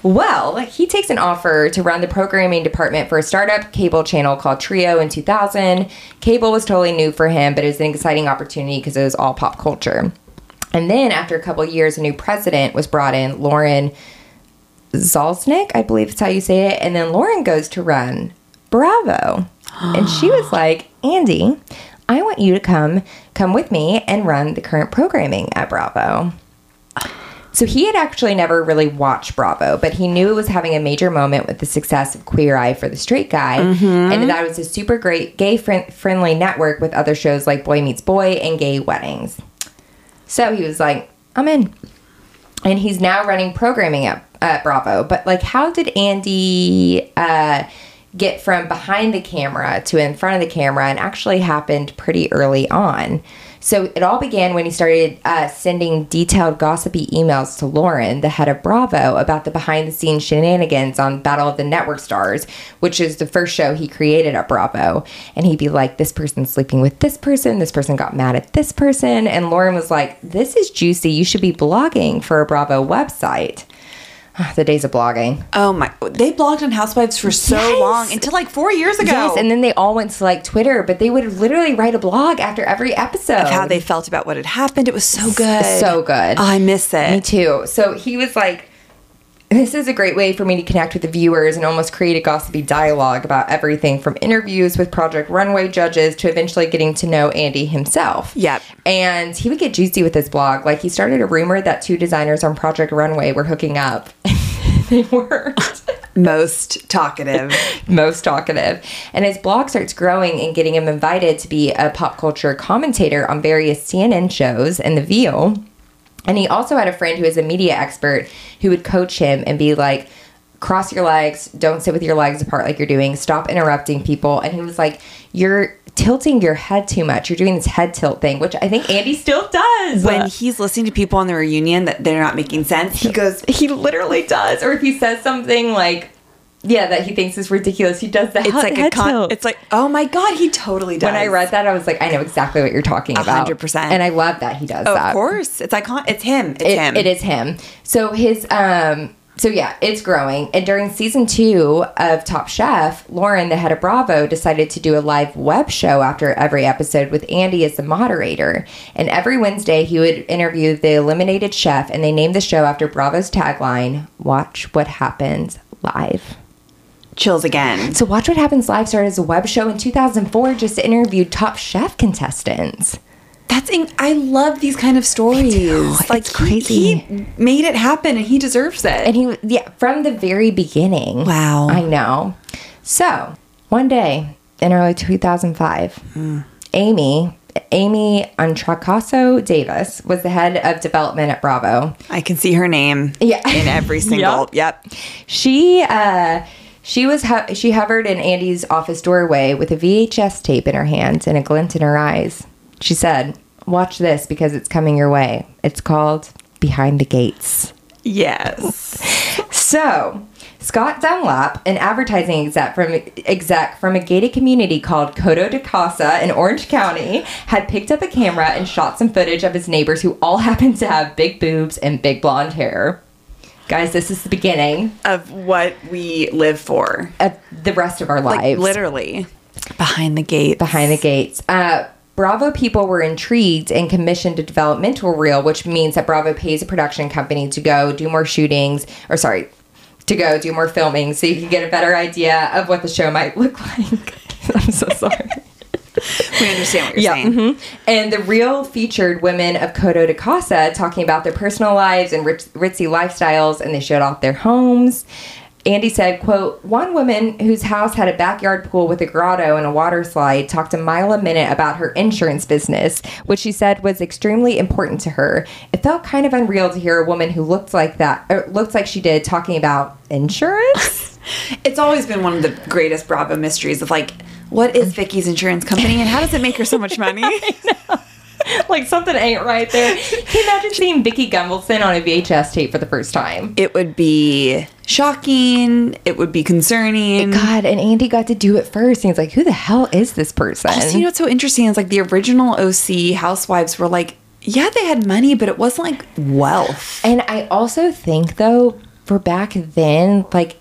S1: Well, he takes an offer to run the programming department for a startup cable channel called Trio in 2000. Cable was totally new for him, but it was an exciting opportunity because it was all pop culture. And then after a couple of years, a new president was brought in, Lauren Zalsnick, I believe is how you say it. And then Lauren goes to run Bravo. And she was like, Andy, I want you to come come with me and run the current programming at Bravo. So he had actually never really watched Bravo, but he knew it was having a major moment with the success of Queer Eye for the Straight Guy, and that it was a super great gay friend- friendly network with other shows like Boy Meets Boy and Gay Weddings. So he was like, "I'm in," and he's now running programming at, at Bravo. But like, how did Andy uh, get from behind the camera to in front of the camera? And actually, happened pretty early on. So it all began when he started uh, sending detailed gossipy emails to Lauren, the head of Bravo, oh, about the behind-the-scenes shenanigans on Battle of the Network Stars, which is the first show he created at Bravo. And he'd be like, "This person's sleeping with this person. This person got mad at this person." And Lauren was like, "This is juicy. You should be blogging for a Bravo website." Ah, the days of blogging.
S2: Oh my! They blogged on Housewives for so
S1: Yes.
S2: long until like four years ago.
S1: Yes, and then they all went to like Twitter, but they would literally write a blog after every episode.
S2: how they felt about what had happened. It was so good.
S1: so good.
S2: I miss it.
S1: Me too. So he was like, this is a great way for me to connect with the viewers and almost create a gossipy dialogue about everything from interviews with Project Runway judges to eventually getting to know Andy himself.
S2: Yep.
S1: And he would get juicy with his blog. Like he started a rumor that two designers on Project Runway were hooking up. they weren't.
S2: Most talkative.
S1: most talkative. And his blog starts growing and getting him invited to be a pop culture commentator on various CNN shows and The Veal. And he also had a friend who is a media expert who would coach him and be like, cross your legs, don't sit with your legs apart like you're doing, stop interrupting people. And he was like, you're tilting your head too much. You're doing this head tilt thing, which I think Andy still does.
S2: when he's listening to people on the reunion that they're not making sense, he goes,
S1: he literally does. Or if he says something like, yeah, that he thinks is ridiculous, he does that.
S2: "It's like a con- It's like, oh my god, he totally does."
S1: when I read that, I was like, I know exactly what you're talking about.
S2: 100%.
S1: And I love that he does
S2: of
S1: that.
S2: course, it's icon. It's him. It's
S1: It-
S2: him.
S1: it is him. So his um so yeah, it's growing. And during season two of Top Chef, Lauren, the head of Bravo, decided to do a live web show after every episode with Andy as the moderator. And every Wednesday he would interview the eliminated chef and they named the show after Bravo's tagline, Watch What Happens Live.
S2: Chills again.
S1: So Watch What Happens Live started as a web show in 2004 just to interview top chef contestants.
S2: That's in- I love these kind of stories. Like
S1: It's
S2: he-
S1: crazy.
S2: He made it happen, and he deserves it.
S1: And he, yeah, from the very beginning.
S2: Wow.
S1: I know. So one day in early 2005, Amy, Amy Antracasso Davis was the head of development at Bravo.
S2: I can see her name.
S1: Yeah.
S2: in every single. yep.
S1: She, uh, she was ho- she hovered in Andy's office doorway with a VHS tape in her hands and a glint in her eyes. She said, "Watch this because it's coming your way. It's called Behind the Gates."
S2: Yes.
S1: So, Scott Dunlap, an advertising exec from exec from a gated community called Coto de Casa in Orange County, had picked up a camera and shot some footage of his neighbors who all happened to have big boobs and big blonde hair. Guys, this is the beginning
S2: of what we live for.
S1: of the rest of our
S2: Like,
S1: lives.
S2: literally. Behind the gate.
S1: behind the gates. Uh, Bravo people were intrigued and commissioned a developmental reel, which means that Bravo pays a production company to go do more shootings, or sorry, to go do more filming so you can get a better idea of what the show might look like. I'm so sorry.
S2: We understand what you're saying.
S1: Mhm. And the reel featured women of Kodo to Casa talking about their personal lives and rich, ritzy lifestyles, and they showed off their homes. Andy said, quote, one woman whose house had a backyard pool with a grotto and a water slide talked a mile a minute about her insurance business, which she said was extremely important to her. It felt kind of unreal to hear a woman who looked like that, or looked like she did, talking about insurance.
S2: It's always been one of the greatest Bravo mysteries of like, what is Vicky's insurance company and how does it make her so much money?
S1: like something ain't right there. Can you imagine seeing Vicky Gumbelson on a VHS tape for the first time?
S2: it would be shocking. It would be concerning.
S1: God, and Andy got to do it first. And he's like, who the hell is this person?
S2: Also, you know what's so interesting is like the original OC housewives were like, yeah, they had money, but it wasn't like wealth.
S1: and I also think, though, for back then, like,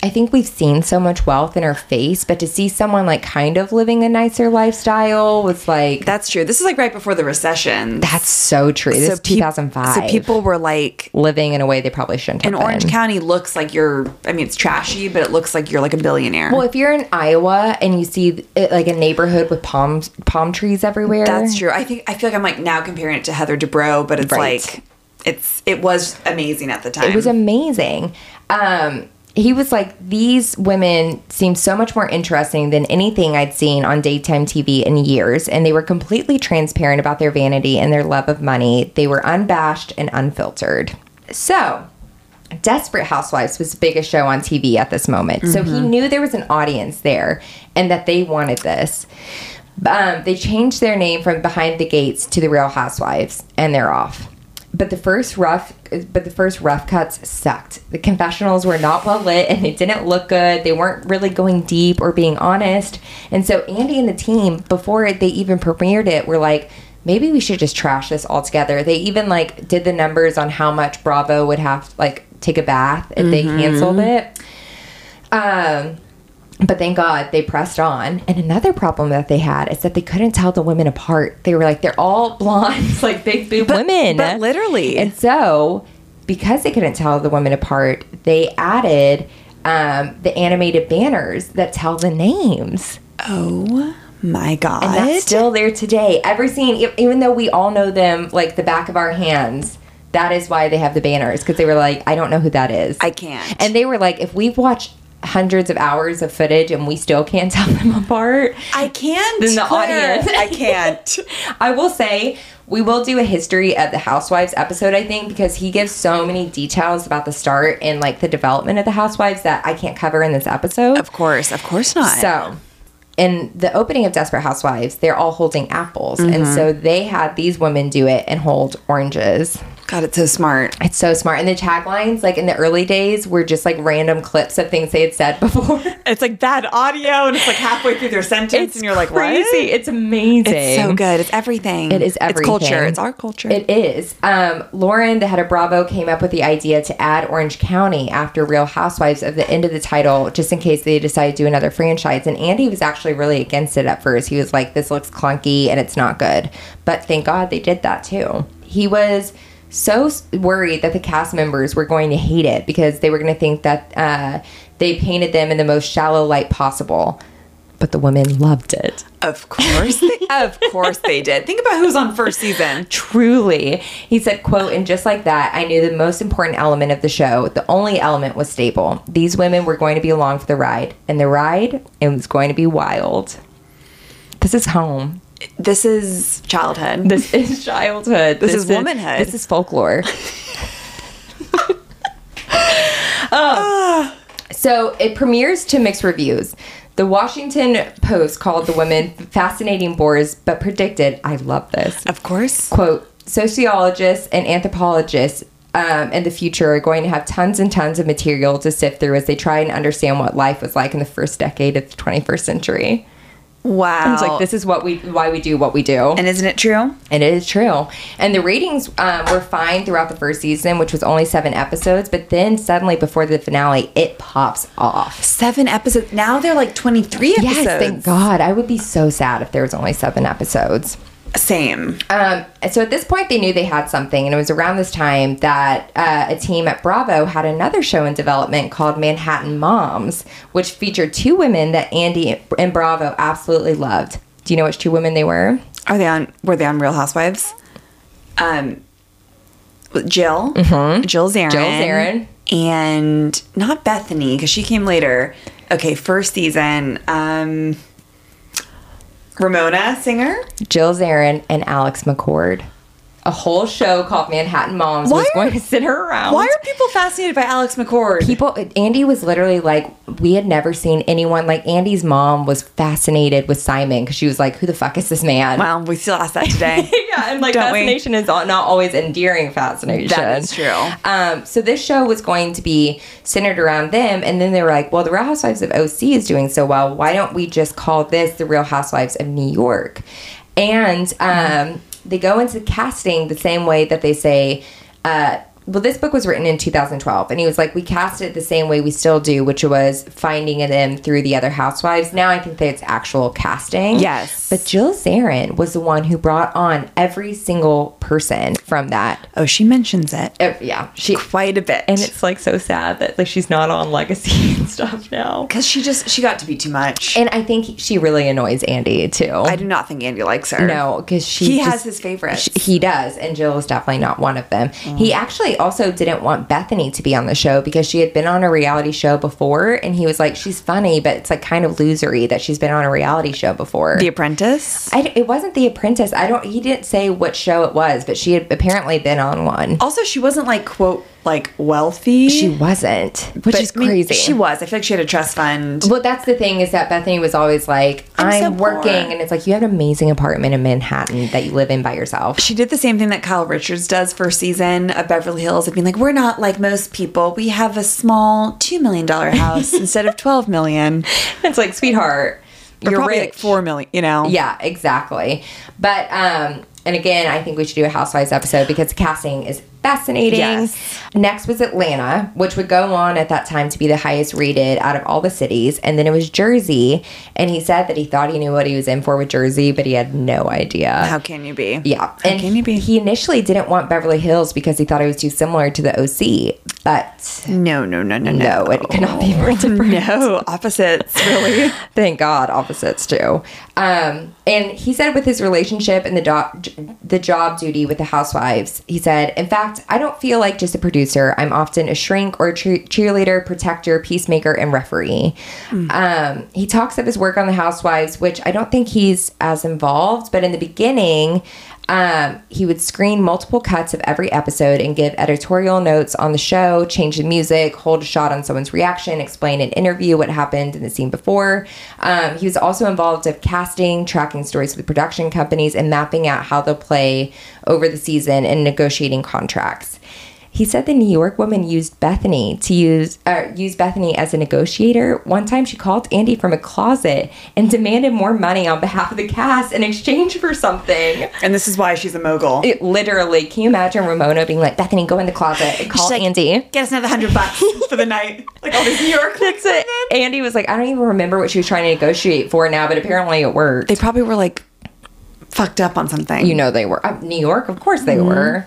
S1: I think we've seen so much wealth in her face, but to see someone like kind of living a nicer lifestyle was like,
S2: That's true. This is like right before the recession.
S1: that's so true. This is
S2: peop-
S1: 2005.
S2: So people were like,
S1: living in a way they probably shouldn't have
S2: and Orange
S1: been.
S2: County looks like you're, I mean, it's trashy, but it looks like you're like a billionaire.
S1: Well, if you're in Iowa and you see it, like a neighborhood with palm palm trees everywhere,
S2: That's true. I think I feel like I'm like now comparing it to Heather Dubrow, but it's
S1: Right.
S2: like it's it was amazing at the time.
S1: It was amazing. Um, he was like, these women seem so much more interesting than anything I'd seen on daytime TV in years, and they were completely transparent about their vanity and their love of money. They were unbashed and unfiltered. So, Desperate Housewives was the biggest show on TV at this moment. So he knew there was an audience there and that they wanted this. Um, they changed their name from Behind the Gates to The Real Housewives, and they're off. But the first rough, but the first rough cuts sucked. The confessionals were not well lit, and they didn't look good. They weren't really going deep or being honest. And so Andy and the team, before it, they even premiered it, were like, maybe we should just trash this altogether. They even like did the numbers on how much Bravo would have like take a bath if they canceled it. Um, but thank God they pressed on. And another problem that they had is that they couldn't tell the women apart. They were like, they're all blondes, like big boob women.
S2: but literally.
S1: And so, because they couldn't tell the women apart, they added um, the animated banners that tell the names.
S2: oh my god.
S1: And that's still there today. Every scene, e- even though we all know them like the back of our hands, that is why they have the banners because they were like, I don't know who that is.
S2: I can't.
S1: And they were like, if we've watched hundreds of hours of footage and we still can't tell them apart,
S2: I can't.
S1: Than the audience.
S2: I can't.
S1: I will say we will do a history of the Housewives episode, I think, because he gives so many details about the start and like the development of the Housewives that I can't cover in this episode.
S2: of course, of course not.
S1: So, in the opening of Desperate Housewives, they're all holding apples. And so they had these women do it and hold oranges.
S2: God, it's so smart.
S1: It's so smart. And the taglines, like in the early days, were just like random clips of things they had said before.
S2: It's like bad audio, and it's like halfway through their sentence, and you're like,
S1: crazy.
S2: what?
S1: It's amazing.
S2: It's so good. It's everything.
S1: It is everything.
S2: It's culture. It's our culture.
S1: It is. Um, Lauren, the head of Bravo, came up with the idea to add Orange County after Real Housewives of the end of the title, just in case they decide to do another franchise. And Andy was actually really against it at first. He was like, "This looks clunky and it's not good." But thank God they did that too. He was so s- worried that the cast members were going to hate it because they were going to think that uh, they painted them in the most shallow light possible. But the women loved it.
S2: of course. They, of course they did. Think about who's on first season.
S1: truly he said quote and just like that i knew the most important element of the show the only element was stable these women were going to be along for the ride and the ride it was going to be wild this is home
S2: This is childhood.
S1: this is childhood
S2: This is womanhood.
S1: this is folklore Um, So it premieres to mixed reviews. The Washington Post called the women fascinating bores, but predicted, I love this,
S2: of course.
S1: quote sociologists and anthropologists um, in the future are going to have tons and tons of material to sift through as they try and understand what life was like in the first decade of the 21st century
S2: Wow.
S1: It's like this is what we why we do what we do.
S2: and isn't it true?
S1: And it is true. And the ratings um, were fine throughout the first season, which was only seven episodes. But then suddenly, before the finale, it pops off.
S2: Seven episodes. Now they're like 23 episodes.
S1: Yes, thank God. I would be so sad if there was only seven episodes.
S2: Same.
S1: Um, and so at this point, they knew they had something, and it was around this time that uh, a team at Bravo had another show in development called Manhattan Moms, which featured two women that Andy and Bravo absolutely loved. Do you know which two women they were?
S2: Are they on? Were they on Real Housewives? Um, Jill, Jill
S1: Mm-hmm.
S2: Zarin,
S1: Jill Zarin.
S2: and not Bethany because she came later. Okay, first season. Um, Ramona Singer.
S1: Jill Zarin and Alex McCord. A whole show called Manhattan Moms
S2: Why
S1: was
S2: are-
S1: going to sit her around.
S2: Why are people fascinated by Alex McCord?
S1: Oh. people? Andy was literally like, we had never seen anyone like Andy's mom was fascinated with Simon because she was like, who the fuck is this man?
S2: well, we still ask that today.
S1: yeah, and like
S2: Don't we?
S1: fascination is not not always endearing fascination.
S2: That is true.
S1: Um, so this show was going to be centered around them, and then they were like, "Well, the Real Housewives of OC is doing so well. Why don't we just call this the Real Housewives of New York?" And um, they go into casting the same way that they say. Uh, well, this book was written in 2012, and he was like, "We cast it the same way we still do, which was finding them through the other housewives." Now I think that it's actual casting.
S2: Yes.
S1: but Jill Zarin was the one who brought on every single person from that.
S2: oh, she mentions it
S1: Uh, yeah, she
S2: quite a bit,
S1: and it's like so sad that like she's not on Legacy and stuff now.
S2: because she just she got to be too much.
S1: And I think she really annoys Andy too.
S2: I do not think Andy likes her.
S1: no, because she
S2: he
S1: just-
S2: has his favorites. Mm.
S1: sh- He does, and Jill is definitely not one of them. He actually also didn't want Bethany to be on the show because she had been on a reality show before, and he was like, "She's funny, but it's like kind of losery that she's been on a reality show before."
S2: the Apprentice.
S1: I d it wasn't The Apprentice. I don't. He didn't say what show it was, but she had apparently been on one.
S2: Also, she wasn't like quote like wealthy.
S1: She wasn't, which
S2: But,
S1: is
S2: I mean,
S1: crazy.
S2: she was. I feel like she had a trust fund.
S1: well, that's the thing is that Bethany was always like, "I'm,
S2: I'm so poor."
S1: working," and it's like you have an amazing apartment in Manhattan that you live in by yourself.
S2: She did the same thing that Kyle Richards does for season of Beverly Hills of being like, we're not like most people. We have a small two million dollar house instead of twelve million.
S1: It's like, sweetheart,
S2: Or
S1: you're
S2: probably
S1: rich.
S2: like four million, you know?
S1: Yeah, exactly. But um, and again, I think we should do a Housewives episode because casting is fascinating.
S2: Yes.
S1: Next was Atlanta, which would go on at that time to be the highest rated out of all the cities, and then it was Jersey. And he said that he thought he knew what he was in for with Jersey, but he had no idea.
S2: How can you be?
S1: yeah,
S2: How can you be?
S1: He initially didn't want Beverly Hills because he thought it was too similar to the OC, but
S2: No, no, no, no, no.
S1: no, it could not be
S2: Oh.
S1: more different.
S2: No, opposites, really.
S1: Thank God, opposites do. Um, and he said with his relationship and the do- the job duty with the housewives, he said, "In fact, I don't feel like just a producer. I'm often a shrink or a cheer- cheerleader, protector, peacemaker, and referee."
S2: Hmm.
S1: Um, he talks of his work on the housewives, which I don't think he's as involved. But in the beginning, um, he would screen multiple cuts of every episode and give editorial notes on the show, change the music, hold a shot on someone's reaction, explain an interview, what happened in the scene before. Um, he was also involved of casting, tracking stories with production companies, and mapping out how they'll play over the season and negotiating contracts. He said the New York woman used Bethany to use uh, use Bethany as a negotiator. One time, she called Andy from a closet and demanded more money on behalf of the cast in exchange for something.
S2: And this is why she's a mogul.
S1: It literally. Can you imagine Ramona being like, Bethany, go in the closet and call
S2: She's like,
S1: Andy?
S2: Get us another hundred bucks for the night. Like all these New York
S1: That's it. Andy was like, I don't even remember what she was trying to negotiate for now, but apparently it worked.
S2: They probably were like fucked up on something.
S1: you know they were uh, New York, of course they
S2: Mm-hmm.
S1: were.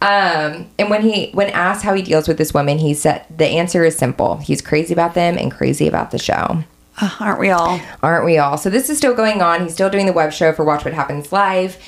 S1: Um, and when he when asked how he deals with this woman, he said the answer is simple. He's crazy about them and crazy about the show.
S2: Uh, aren't we all?
S1: aren't we all? So this is still going on. He's still doing the web show for Watch What Happens Live.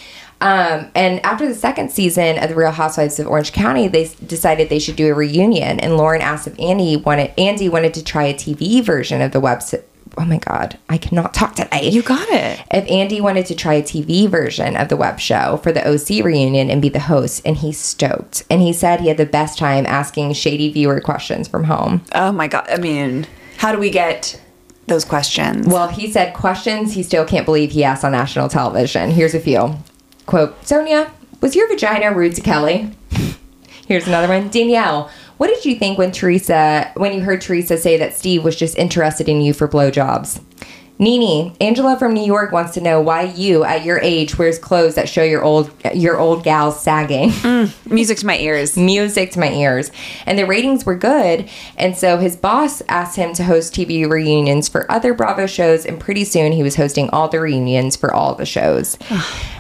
S1: Um, and after the second season of The Real Housewives of Orange County, they s- decided they should do a reunion. And Lauren asked if Andy wanted Andy wanted to try a TV version of the web. se- Oh my God, I cannot talk today.
S2: You got it.
S1: If Andy wanted to try a TV version of the web show for the OC reunion and be the host, and he's stoked. And he said he had the best time asking shady viewer questions from home.
S2: Oh my god! I mean, how do we get those questions?
S1: Well, he said questions he still can't believe he asked on national television. Here's a few. Quote, Sonia, was your vagina rude to Kelly? Here's another one. Danielle, what did you think when Teresa when you heard Teresa say that Steve was just interested in you for blowjobs? Nini, Angela from New York wants to know why you, at your age, wears clothes that show your old your old gals sagging.
S2: Music to my ears.
S1: music to my ears. And the ratings were good. And so his boss asked him to host TV reunions for other Bravo shows. And pretty soon he was hosting all the reunions for all the shows.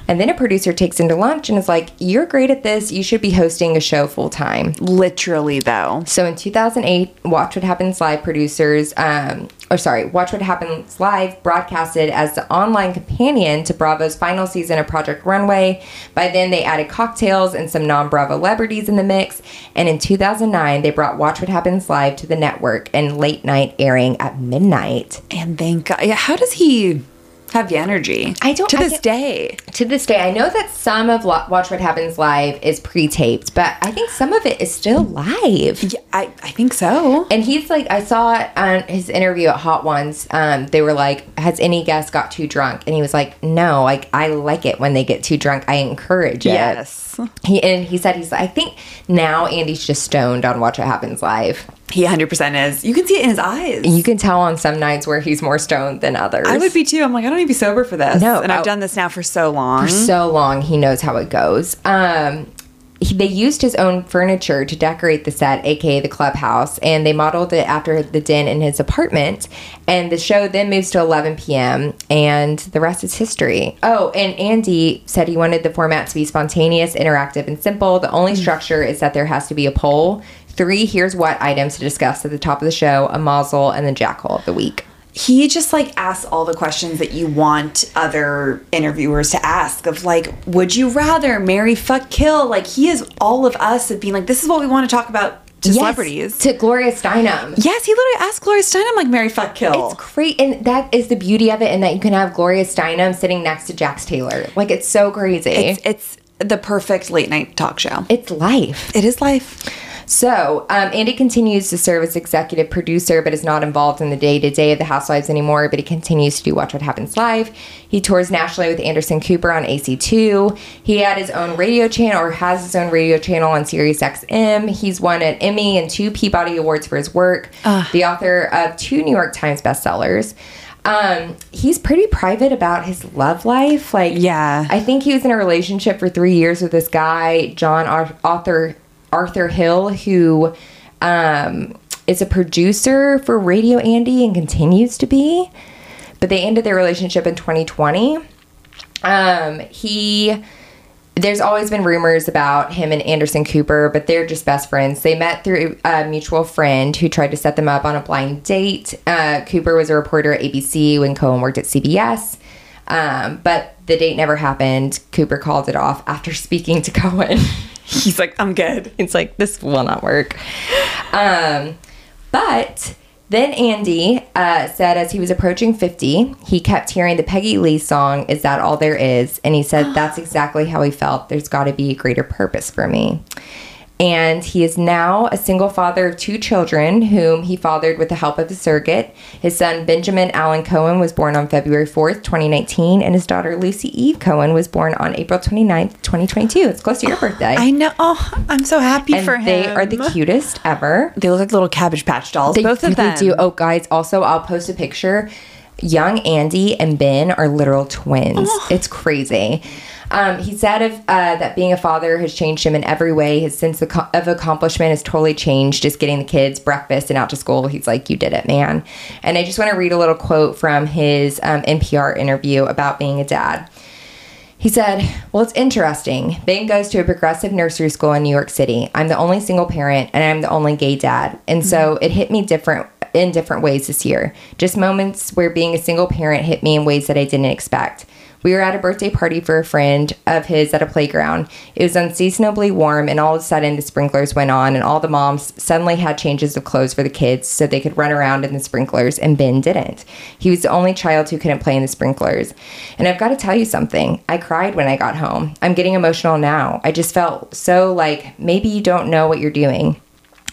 S1: and then a producer takes him to lunch and is like, You're great at this. You should be hosting a show full time.
S2: Literally, though.
S1: So in 2008, Watch What Happens Live producers, um, or sorry, Watch What Happens Live broadcasted as the online companion to Bravo's final season of Project Runway. By then, they added cocktails and some non Bravo celebrities in the mix. And in 2009, they brought Watch What Happens Live to the network and late night airing at midnight.
S2: And thank God. Yeah, how does he have the energy?
S1: I don't-
S2: To
S1: I
S2: this
S1: don't-
S2: day.
S1: To this day, I know that some of Lo- Watch What Happens Live is pre taped, but I think some of it is still live.
S2: Yeah, I, I think so.
S1: And he's like, I saw it on his interview at Hot Ones. Um, they were like, "Has any guest got too drunk?" And he was like, "No, like I like it when they get too drunk. I encourage it."
S2: Yes.
S1: He and he said he's. like, I think now Andy's just stoned on Watch What Happens Live.
S2: He 100% is. You can see it in his eyes.
S1: You can tell on some nights where he's more stoned than others.
S2: I would be too. I'm like, I don't need to be sober for this.
S1: No,
S2: And I've
S1: I-
S2: done this now for so long.
S1: for so long he knows how it goes um he, they used his own furniture to decorate the set aka the clubhouse and they modeled it after the den in his apartment and the show then moves to 11 p.m and the rest is history oh and andy said he wanted the format to be spontaneous interactive and simple the only structure is that there has to be a poll three here's what items to discuss at the top of the show a muzzle and the jackal of the week
S2: he just like asks all the questions that you want other interviewers to ask of like would you rather marry fuck kill like he is all of us of being like this is what we want to talk about to
S1: Yes,
S2: celebrities
S1: to gloria steinem
S2: yes he literally asked gloria steinem like marry fuck kill
S1: It's great, and that is the beauty of it, and that you can have Gloria Steinem sitting next to Jax Taylor. Like it's so crazy.
S2: it's,
S1: It's,
S2: it's the perfect late night talk show
S1: life.
S2: it is life
S1: So um, Andy continues to serve as executive producer, but is not involved in the day to day of the Housewives anymore. But he continues to do Watch What Happens Live. He tours nationally with Anderson Cooper on AC2. He had his own radio channel, or has his own radio channel on Sirius XM. He's won an Emmy and two Peabody Awards for his work. The author of two New York Times bestsellers. Um, he's pretty private about his love life. Like,
S2: Yeah.
S1: I think he was in a relationship for three years with this guy, John Ar- Arthur Arthur Hill, who um, is a producer for Radio Andy and continues to be. But they ended their relationship in 2020. Um, he there's always been rumors about him and Anderson Cooper, but they're just best friends. They met through a mutual friend who tried to set them up on a blind date. Uh, Cooper was a reporter at ABC when Cohen worked at CBS, um, but the date never happened. Cooper called it off after speaking to Cohen.
S2: he's like i'm good
S1: it's like this will not work. Um, but then Andy uh, said, as he was approaching fifty, he kept hearing the Peggy Lee song "Is That All There Is," and he said, "That's exactly how he felt. There's got to be a greater purpose for me." And he is now a single father of two children, whom he fathered with the help of a surrogate. His son Benjamin Allen Cohen was born on February 4th, 2019, and his daughter Lucy Eve Cohen was born on April 29th, 2022. It's close to your birthday
S2: i know oh i'm so happy
S1: and
S2: for him
S1: they are the cutest ever.
S2: they look like little cabbage patch dolls both of
S1: really
S2: them
S1: do. Oh, guys! Also, I'll post a picture. Young Andy and Ben are literal twins.
S2: Oh.
S1: It's crazy. Um, he said of uh, that being a father has changed him in every way. His sense of co- of accomplishment has totally changed. Just getting the kids breakfast and out to school, he's like, "You did it, man." And I just want to read a little quote from his um, NPR interview about being a dad. He said, Well, it's interesting. Ben goes to a progressive nursery school in New York City. I'm the only single parent and I'm the only gay dad. And so it hit me different in different ways this year. Just moments where being a single parent hit me in ways that I didn't expect. We were at a birthday party for a friend of his at a playground. It was unseasonably warm, and all of a sudden the sprinklers went on, and all the moms suddenly had changes of clothes for the kids so they could run around in the sprinklers, and Ben didn't. He was the only child who couldn't play in the sprinklers. And I've got to tell you something I cried when I got home. I'm getting emotional now. I just felt so like maybe you don't know what you're doing.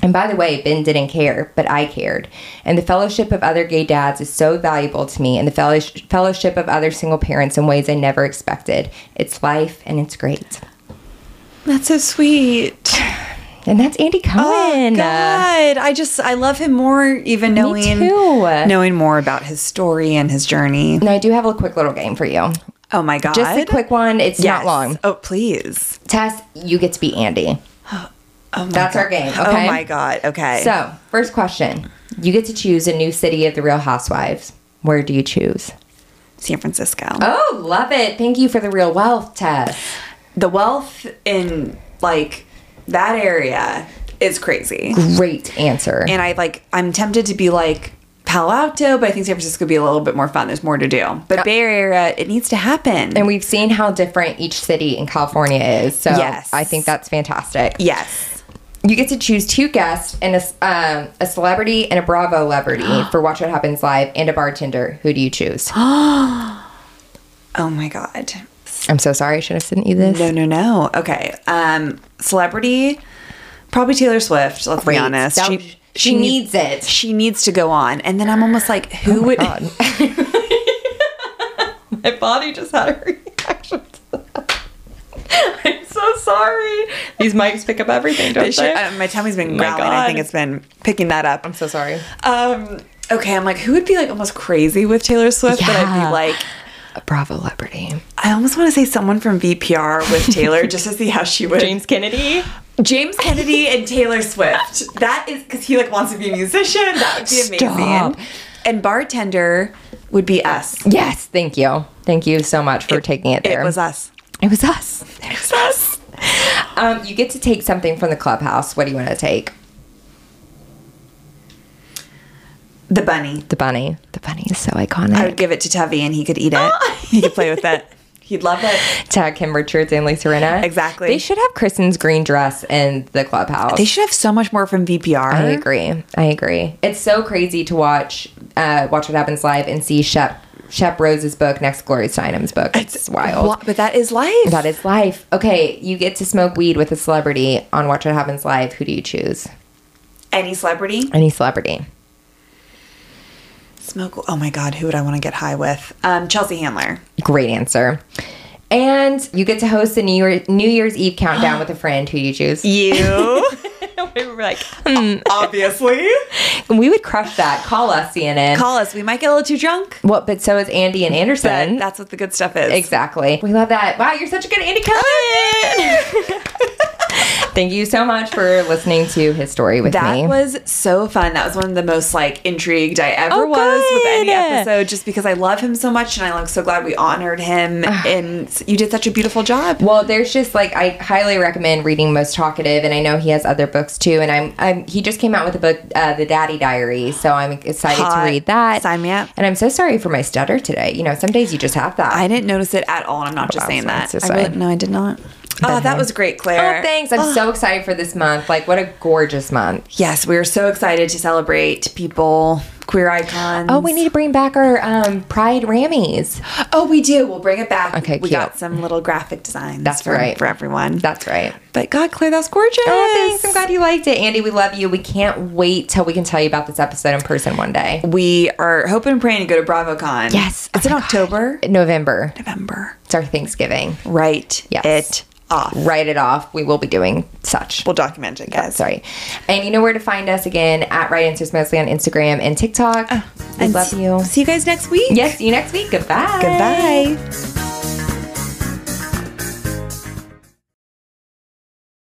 S1: And by the way, Ben didn't care, but I cared. And the fellowship of other gay dads is so valuable to me, and the fellow- fellowship of other single parents in ways I never expected. It's life and it's great.
S2: that's so sweet
S1: And that's Andy Cohen.
S2: Oh, God, I just I love him more even knowing
S1: too.
S2: knowing more about his story and his journey.
S1: Now I do have a quick little game for you.
S2: Oh my God,
S1: Just a quick one. It's
S2: Yes.
S1: not long.
S2: Oh please,
S1: Tess, you get to be Andy.
S2: oh my
S1: That's our
S2: God.
S1: game,
S2: Oh
S1: okay?
S2: my God, okay.
S1: So, first question. You get to choose a new city of the Real Housewives. Where do you choose?
S2: San Francisco,
S1: Oh, love it. Thank you for the real wealth, Tess.
S2: the wealth in like that area is crazy,
S1: Great answer.
S2: and I like I'm tempted to be like. Palo Alto, but I think San Francisco would be a little bit more fun. There's more to do. But Bay Area, it needs to happen.
S1: And we've seen how different each city in California is. So
S2: Yes.
S1: I think that's fantastic.
S2: yes.
S1: You get to choose two guests and a, s- um, a celebrity and a Bravo celebrity for Watch What Happens Live and a bartender. Who do you choose?
S2: Oh my God.
S1: I'm so sorry. I should have sent you this.
S2: No, no, no. Okay. Um, celebrity, probably Taylor Swift. Let's
S1: Great.
S2: be honest.
S1: That- she needs it. Oh
S2: She needs to go on. And then I'm almost like, who would?
S1: God.
S2: My body just had a reaction.
S1: I'm so sorry. These mics pick up everything, don't
S2: Sure, uh, my tummy's been growling. I
S1: God.
S2: think it's been picking that up.
S1: I'm so sorry.
S2: Um, okay, I'm like, who would be like almost crazy with Taylor Swift? But I'd
S1: Yeah.
S2: be like,
S1: A Bravo celebrity.
S2: I almost want to say someone from VPR with Taylor just to see how she would.
S1: Kennedy.
S2: James Kennedy and Taylor Swift. That is because he like wants to be a musician. That would be amazing.
S1: Stop.
S2: And bartender would be us.
S1: Yes, thank you. Thank you so much for taking it there.
S2: It was us.
S1: It was us.
S2: It was us.
S1: Um, you get to take something from the clubhouse. What do you want to take?
S2: The bunny.
S1: The bunny. The bunny is so iconic.
S2: I would give it to Tevy and he could eat it. he could play with it. He'd love it.
S1: Tag Kim Richards and Lee Serena.
S2: Exactly.
S1: They should have Kristen's green dress in the clubhouse.
S2: They should have so much more from VPR.
S1: I agree. I agree. It's so crazy to watch uh, watch what happens live and see Shep Shep Rose's book next to Gloria Steinem's book. It's, wild.
S2: Wha- But that is life.
S1: that is life. Okay, you get to smoke weed with a celebrity on Watch What Happens Live. Who do you choose?
S2: Any celebrity.
S1: Any celebrity.
S2: Smoke. Oh my God. Who would I want to get high with? Um, Chelsea Handler.
S1: Great answer. And you get to host the New, Year- New Year's Eve countdown with a friend. Who do you choose?
S2: You.
S1: we were like,
S2: Obviously.
S1: we would crush that. Call us, CNN.
S2: Call us. We might get a little too drunk.
S1: What? But so is Andy and
S2: But
S1: Anderson.
S2: that's what the good stuff is.
S1: exactly. We love that. Wow, you're such a good Andy Cohen. Oh, Thank you so much for listening to his story with
S2: That
S1: me.
S2: was so fun. That was one of the most like intrigued I ever
S1: Oh,
S2: was with any
S1: good.
S2: episode, just because I love him so much, and I'm like, so glad we honored him. and you did such a beautiful job.
S1: well, there's just like I highly recommend reading Most Talkative, and I know he has other books too. And I'm, I'm he just came out with a book, uh, The Daddy Diary, so I'm excited
S2: Hot.
S1: to read that.
S2: Sign me up.
S1: And I'm so sorry for my stutter today. You know, some days you just have that.
S2: I didn't notice it at all, and I'm not just
S1: Wow,
S2: saying
S1: so
S2: that.
S1: it's just
S2: Oh, I really,
S1: fine.
S2: no, I did not. Oh, that was great, Claire.
S1: oh, thanks. I'm so excited for this month. Like, what a gorgeous month.
S2: Yes, we are so excited to celebrate people, queer icons.
S1: Oh, we need to bring back our um, Pride Rammies.
S2: Oh, we do. We'll bring it back.
S1: Okay,
S2: we
S1: cute.
S2: got some little graphic designs.
S1: That's
S2: for,
S1: right.
S2: for everyone.
S1: That's right.
S2: but God, Claire, that's gorgeous.
S1: Oh, thanks. I'm glad you liked it, Andy. We love you. We can't wait till we can tell you about this episode in person one day.
S2: We are hoping and praying to go to BravoCon.
S1: Yes.
S2: It's
S1: Oh
S2: in
S1: my God.
S2: October.
S1: November.
S2: November.
S1: It's our Thanksgiving.
S2: Write
S1: Yes.
S2: it off.
S1: Write it off. We will be doing such.
S2: We'll document it, guys.
S1: Sorry. And you know where to find us again at Right Answers Mostly on Instagram and TikTok. we
S2: Uh, And
S1: love
S2: s-
S1: you.
S2: See you guys next week.
S1: Yes, see you next week. Goodbye.
S2: Goodbye.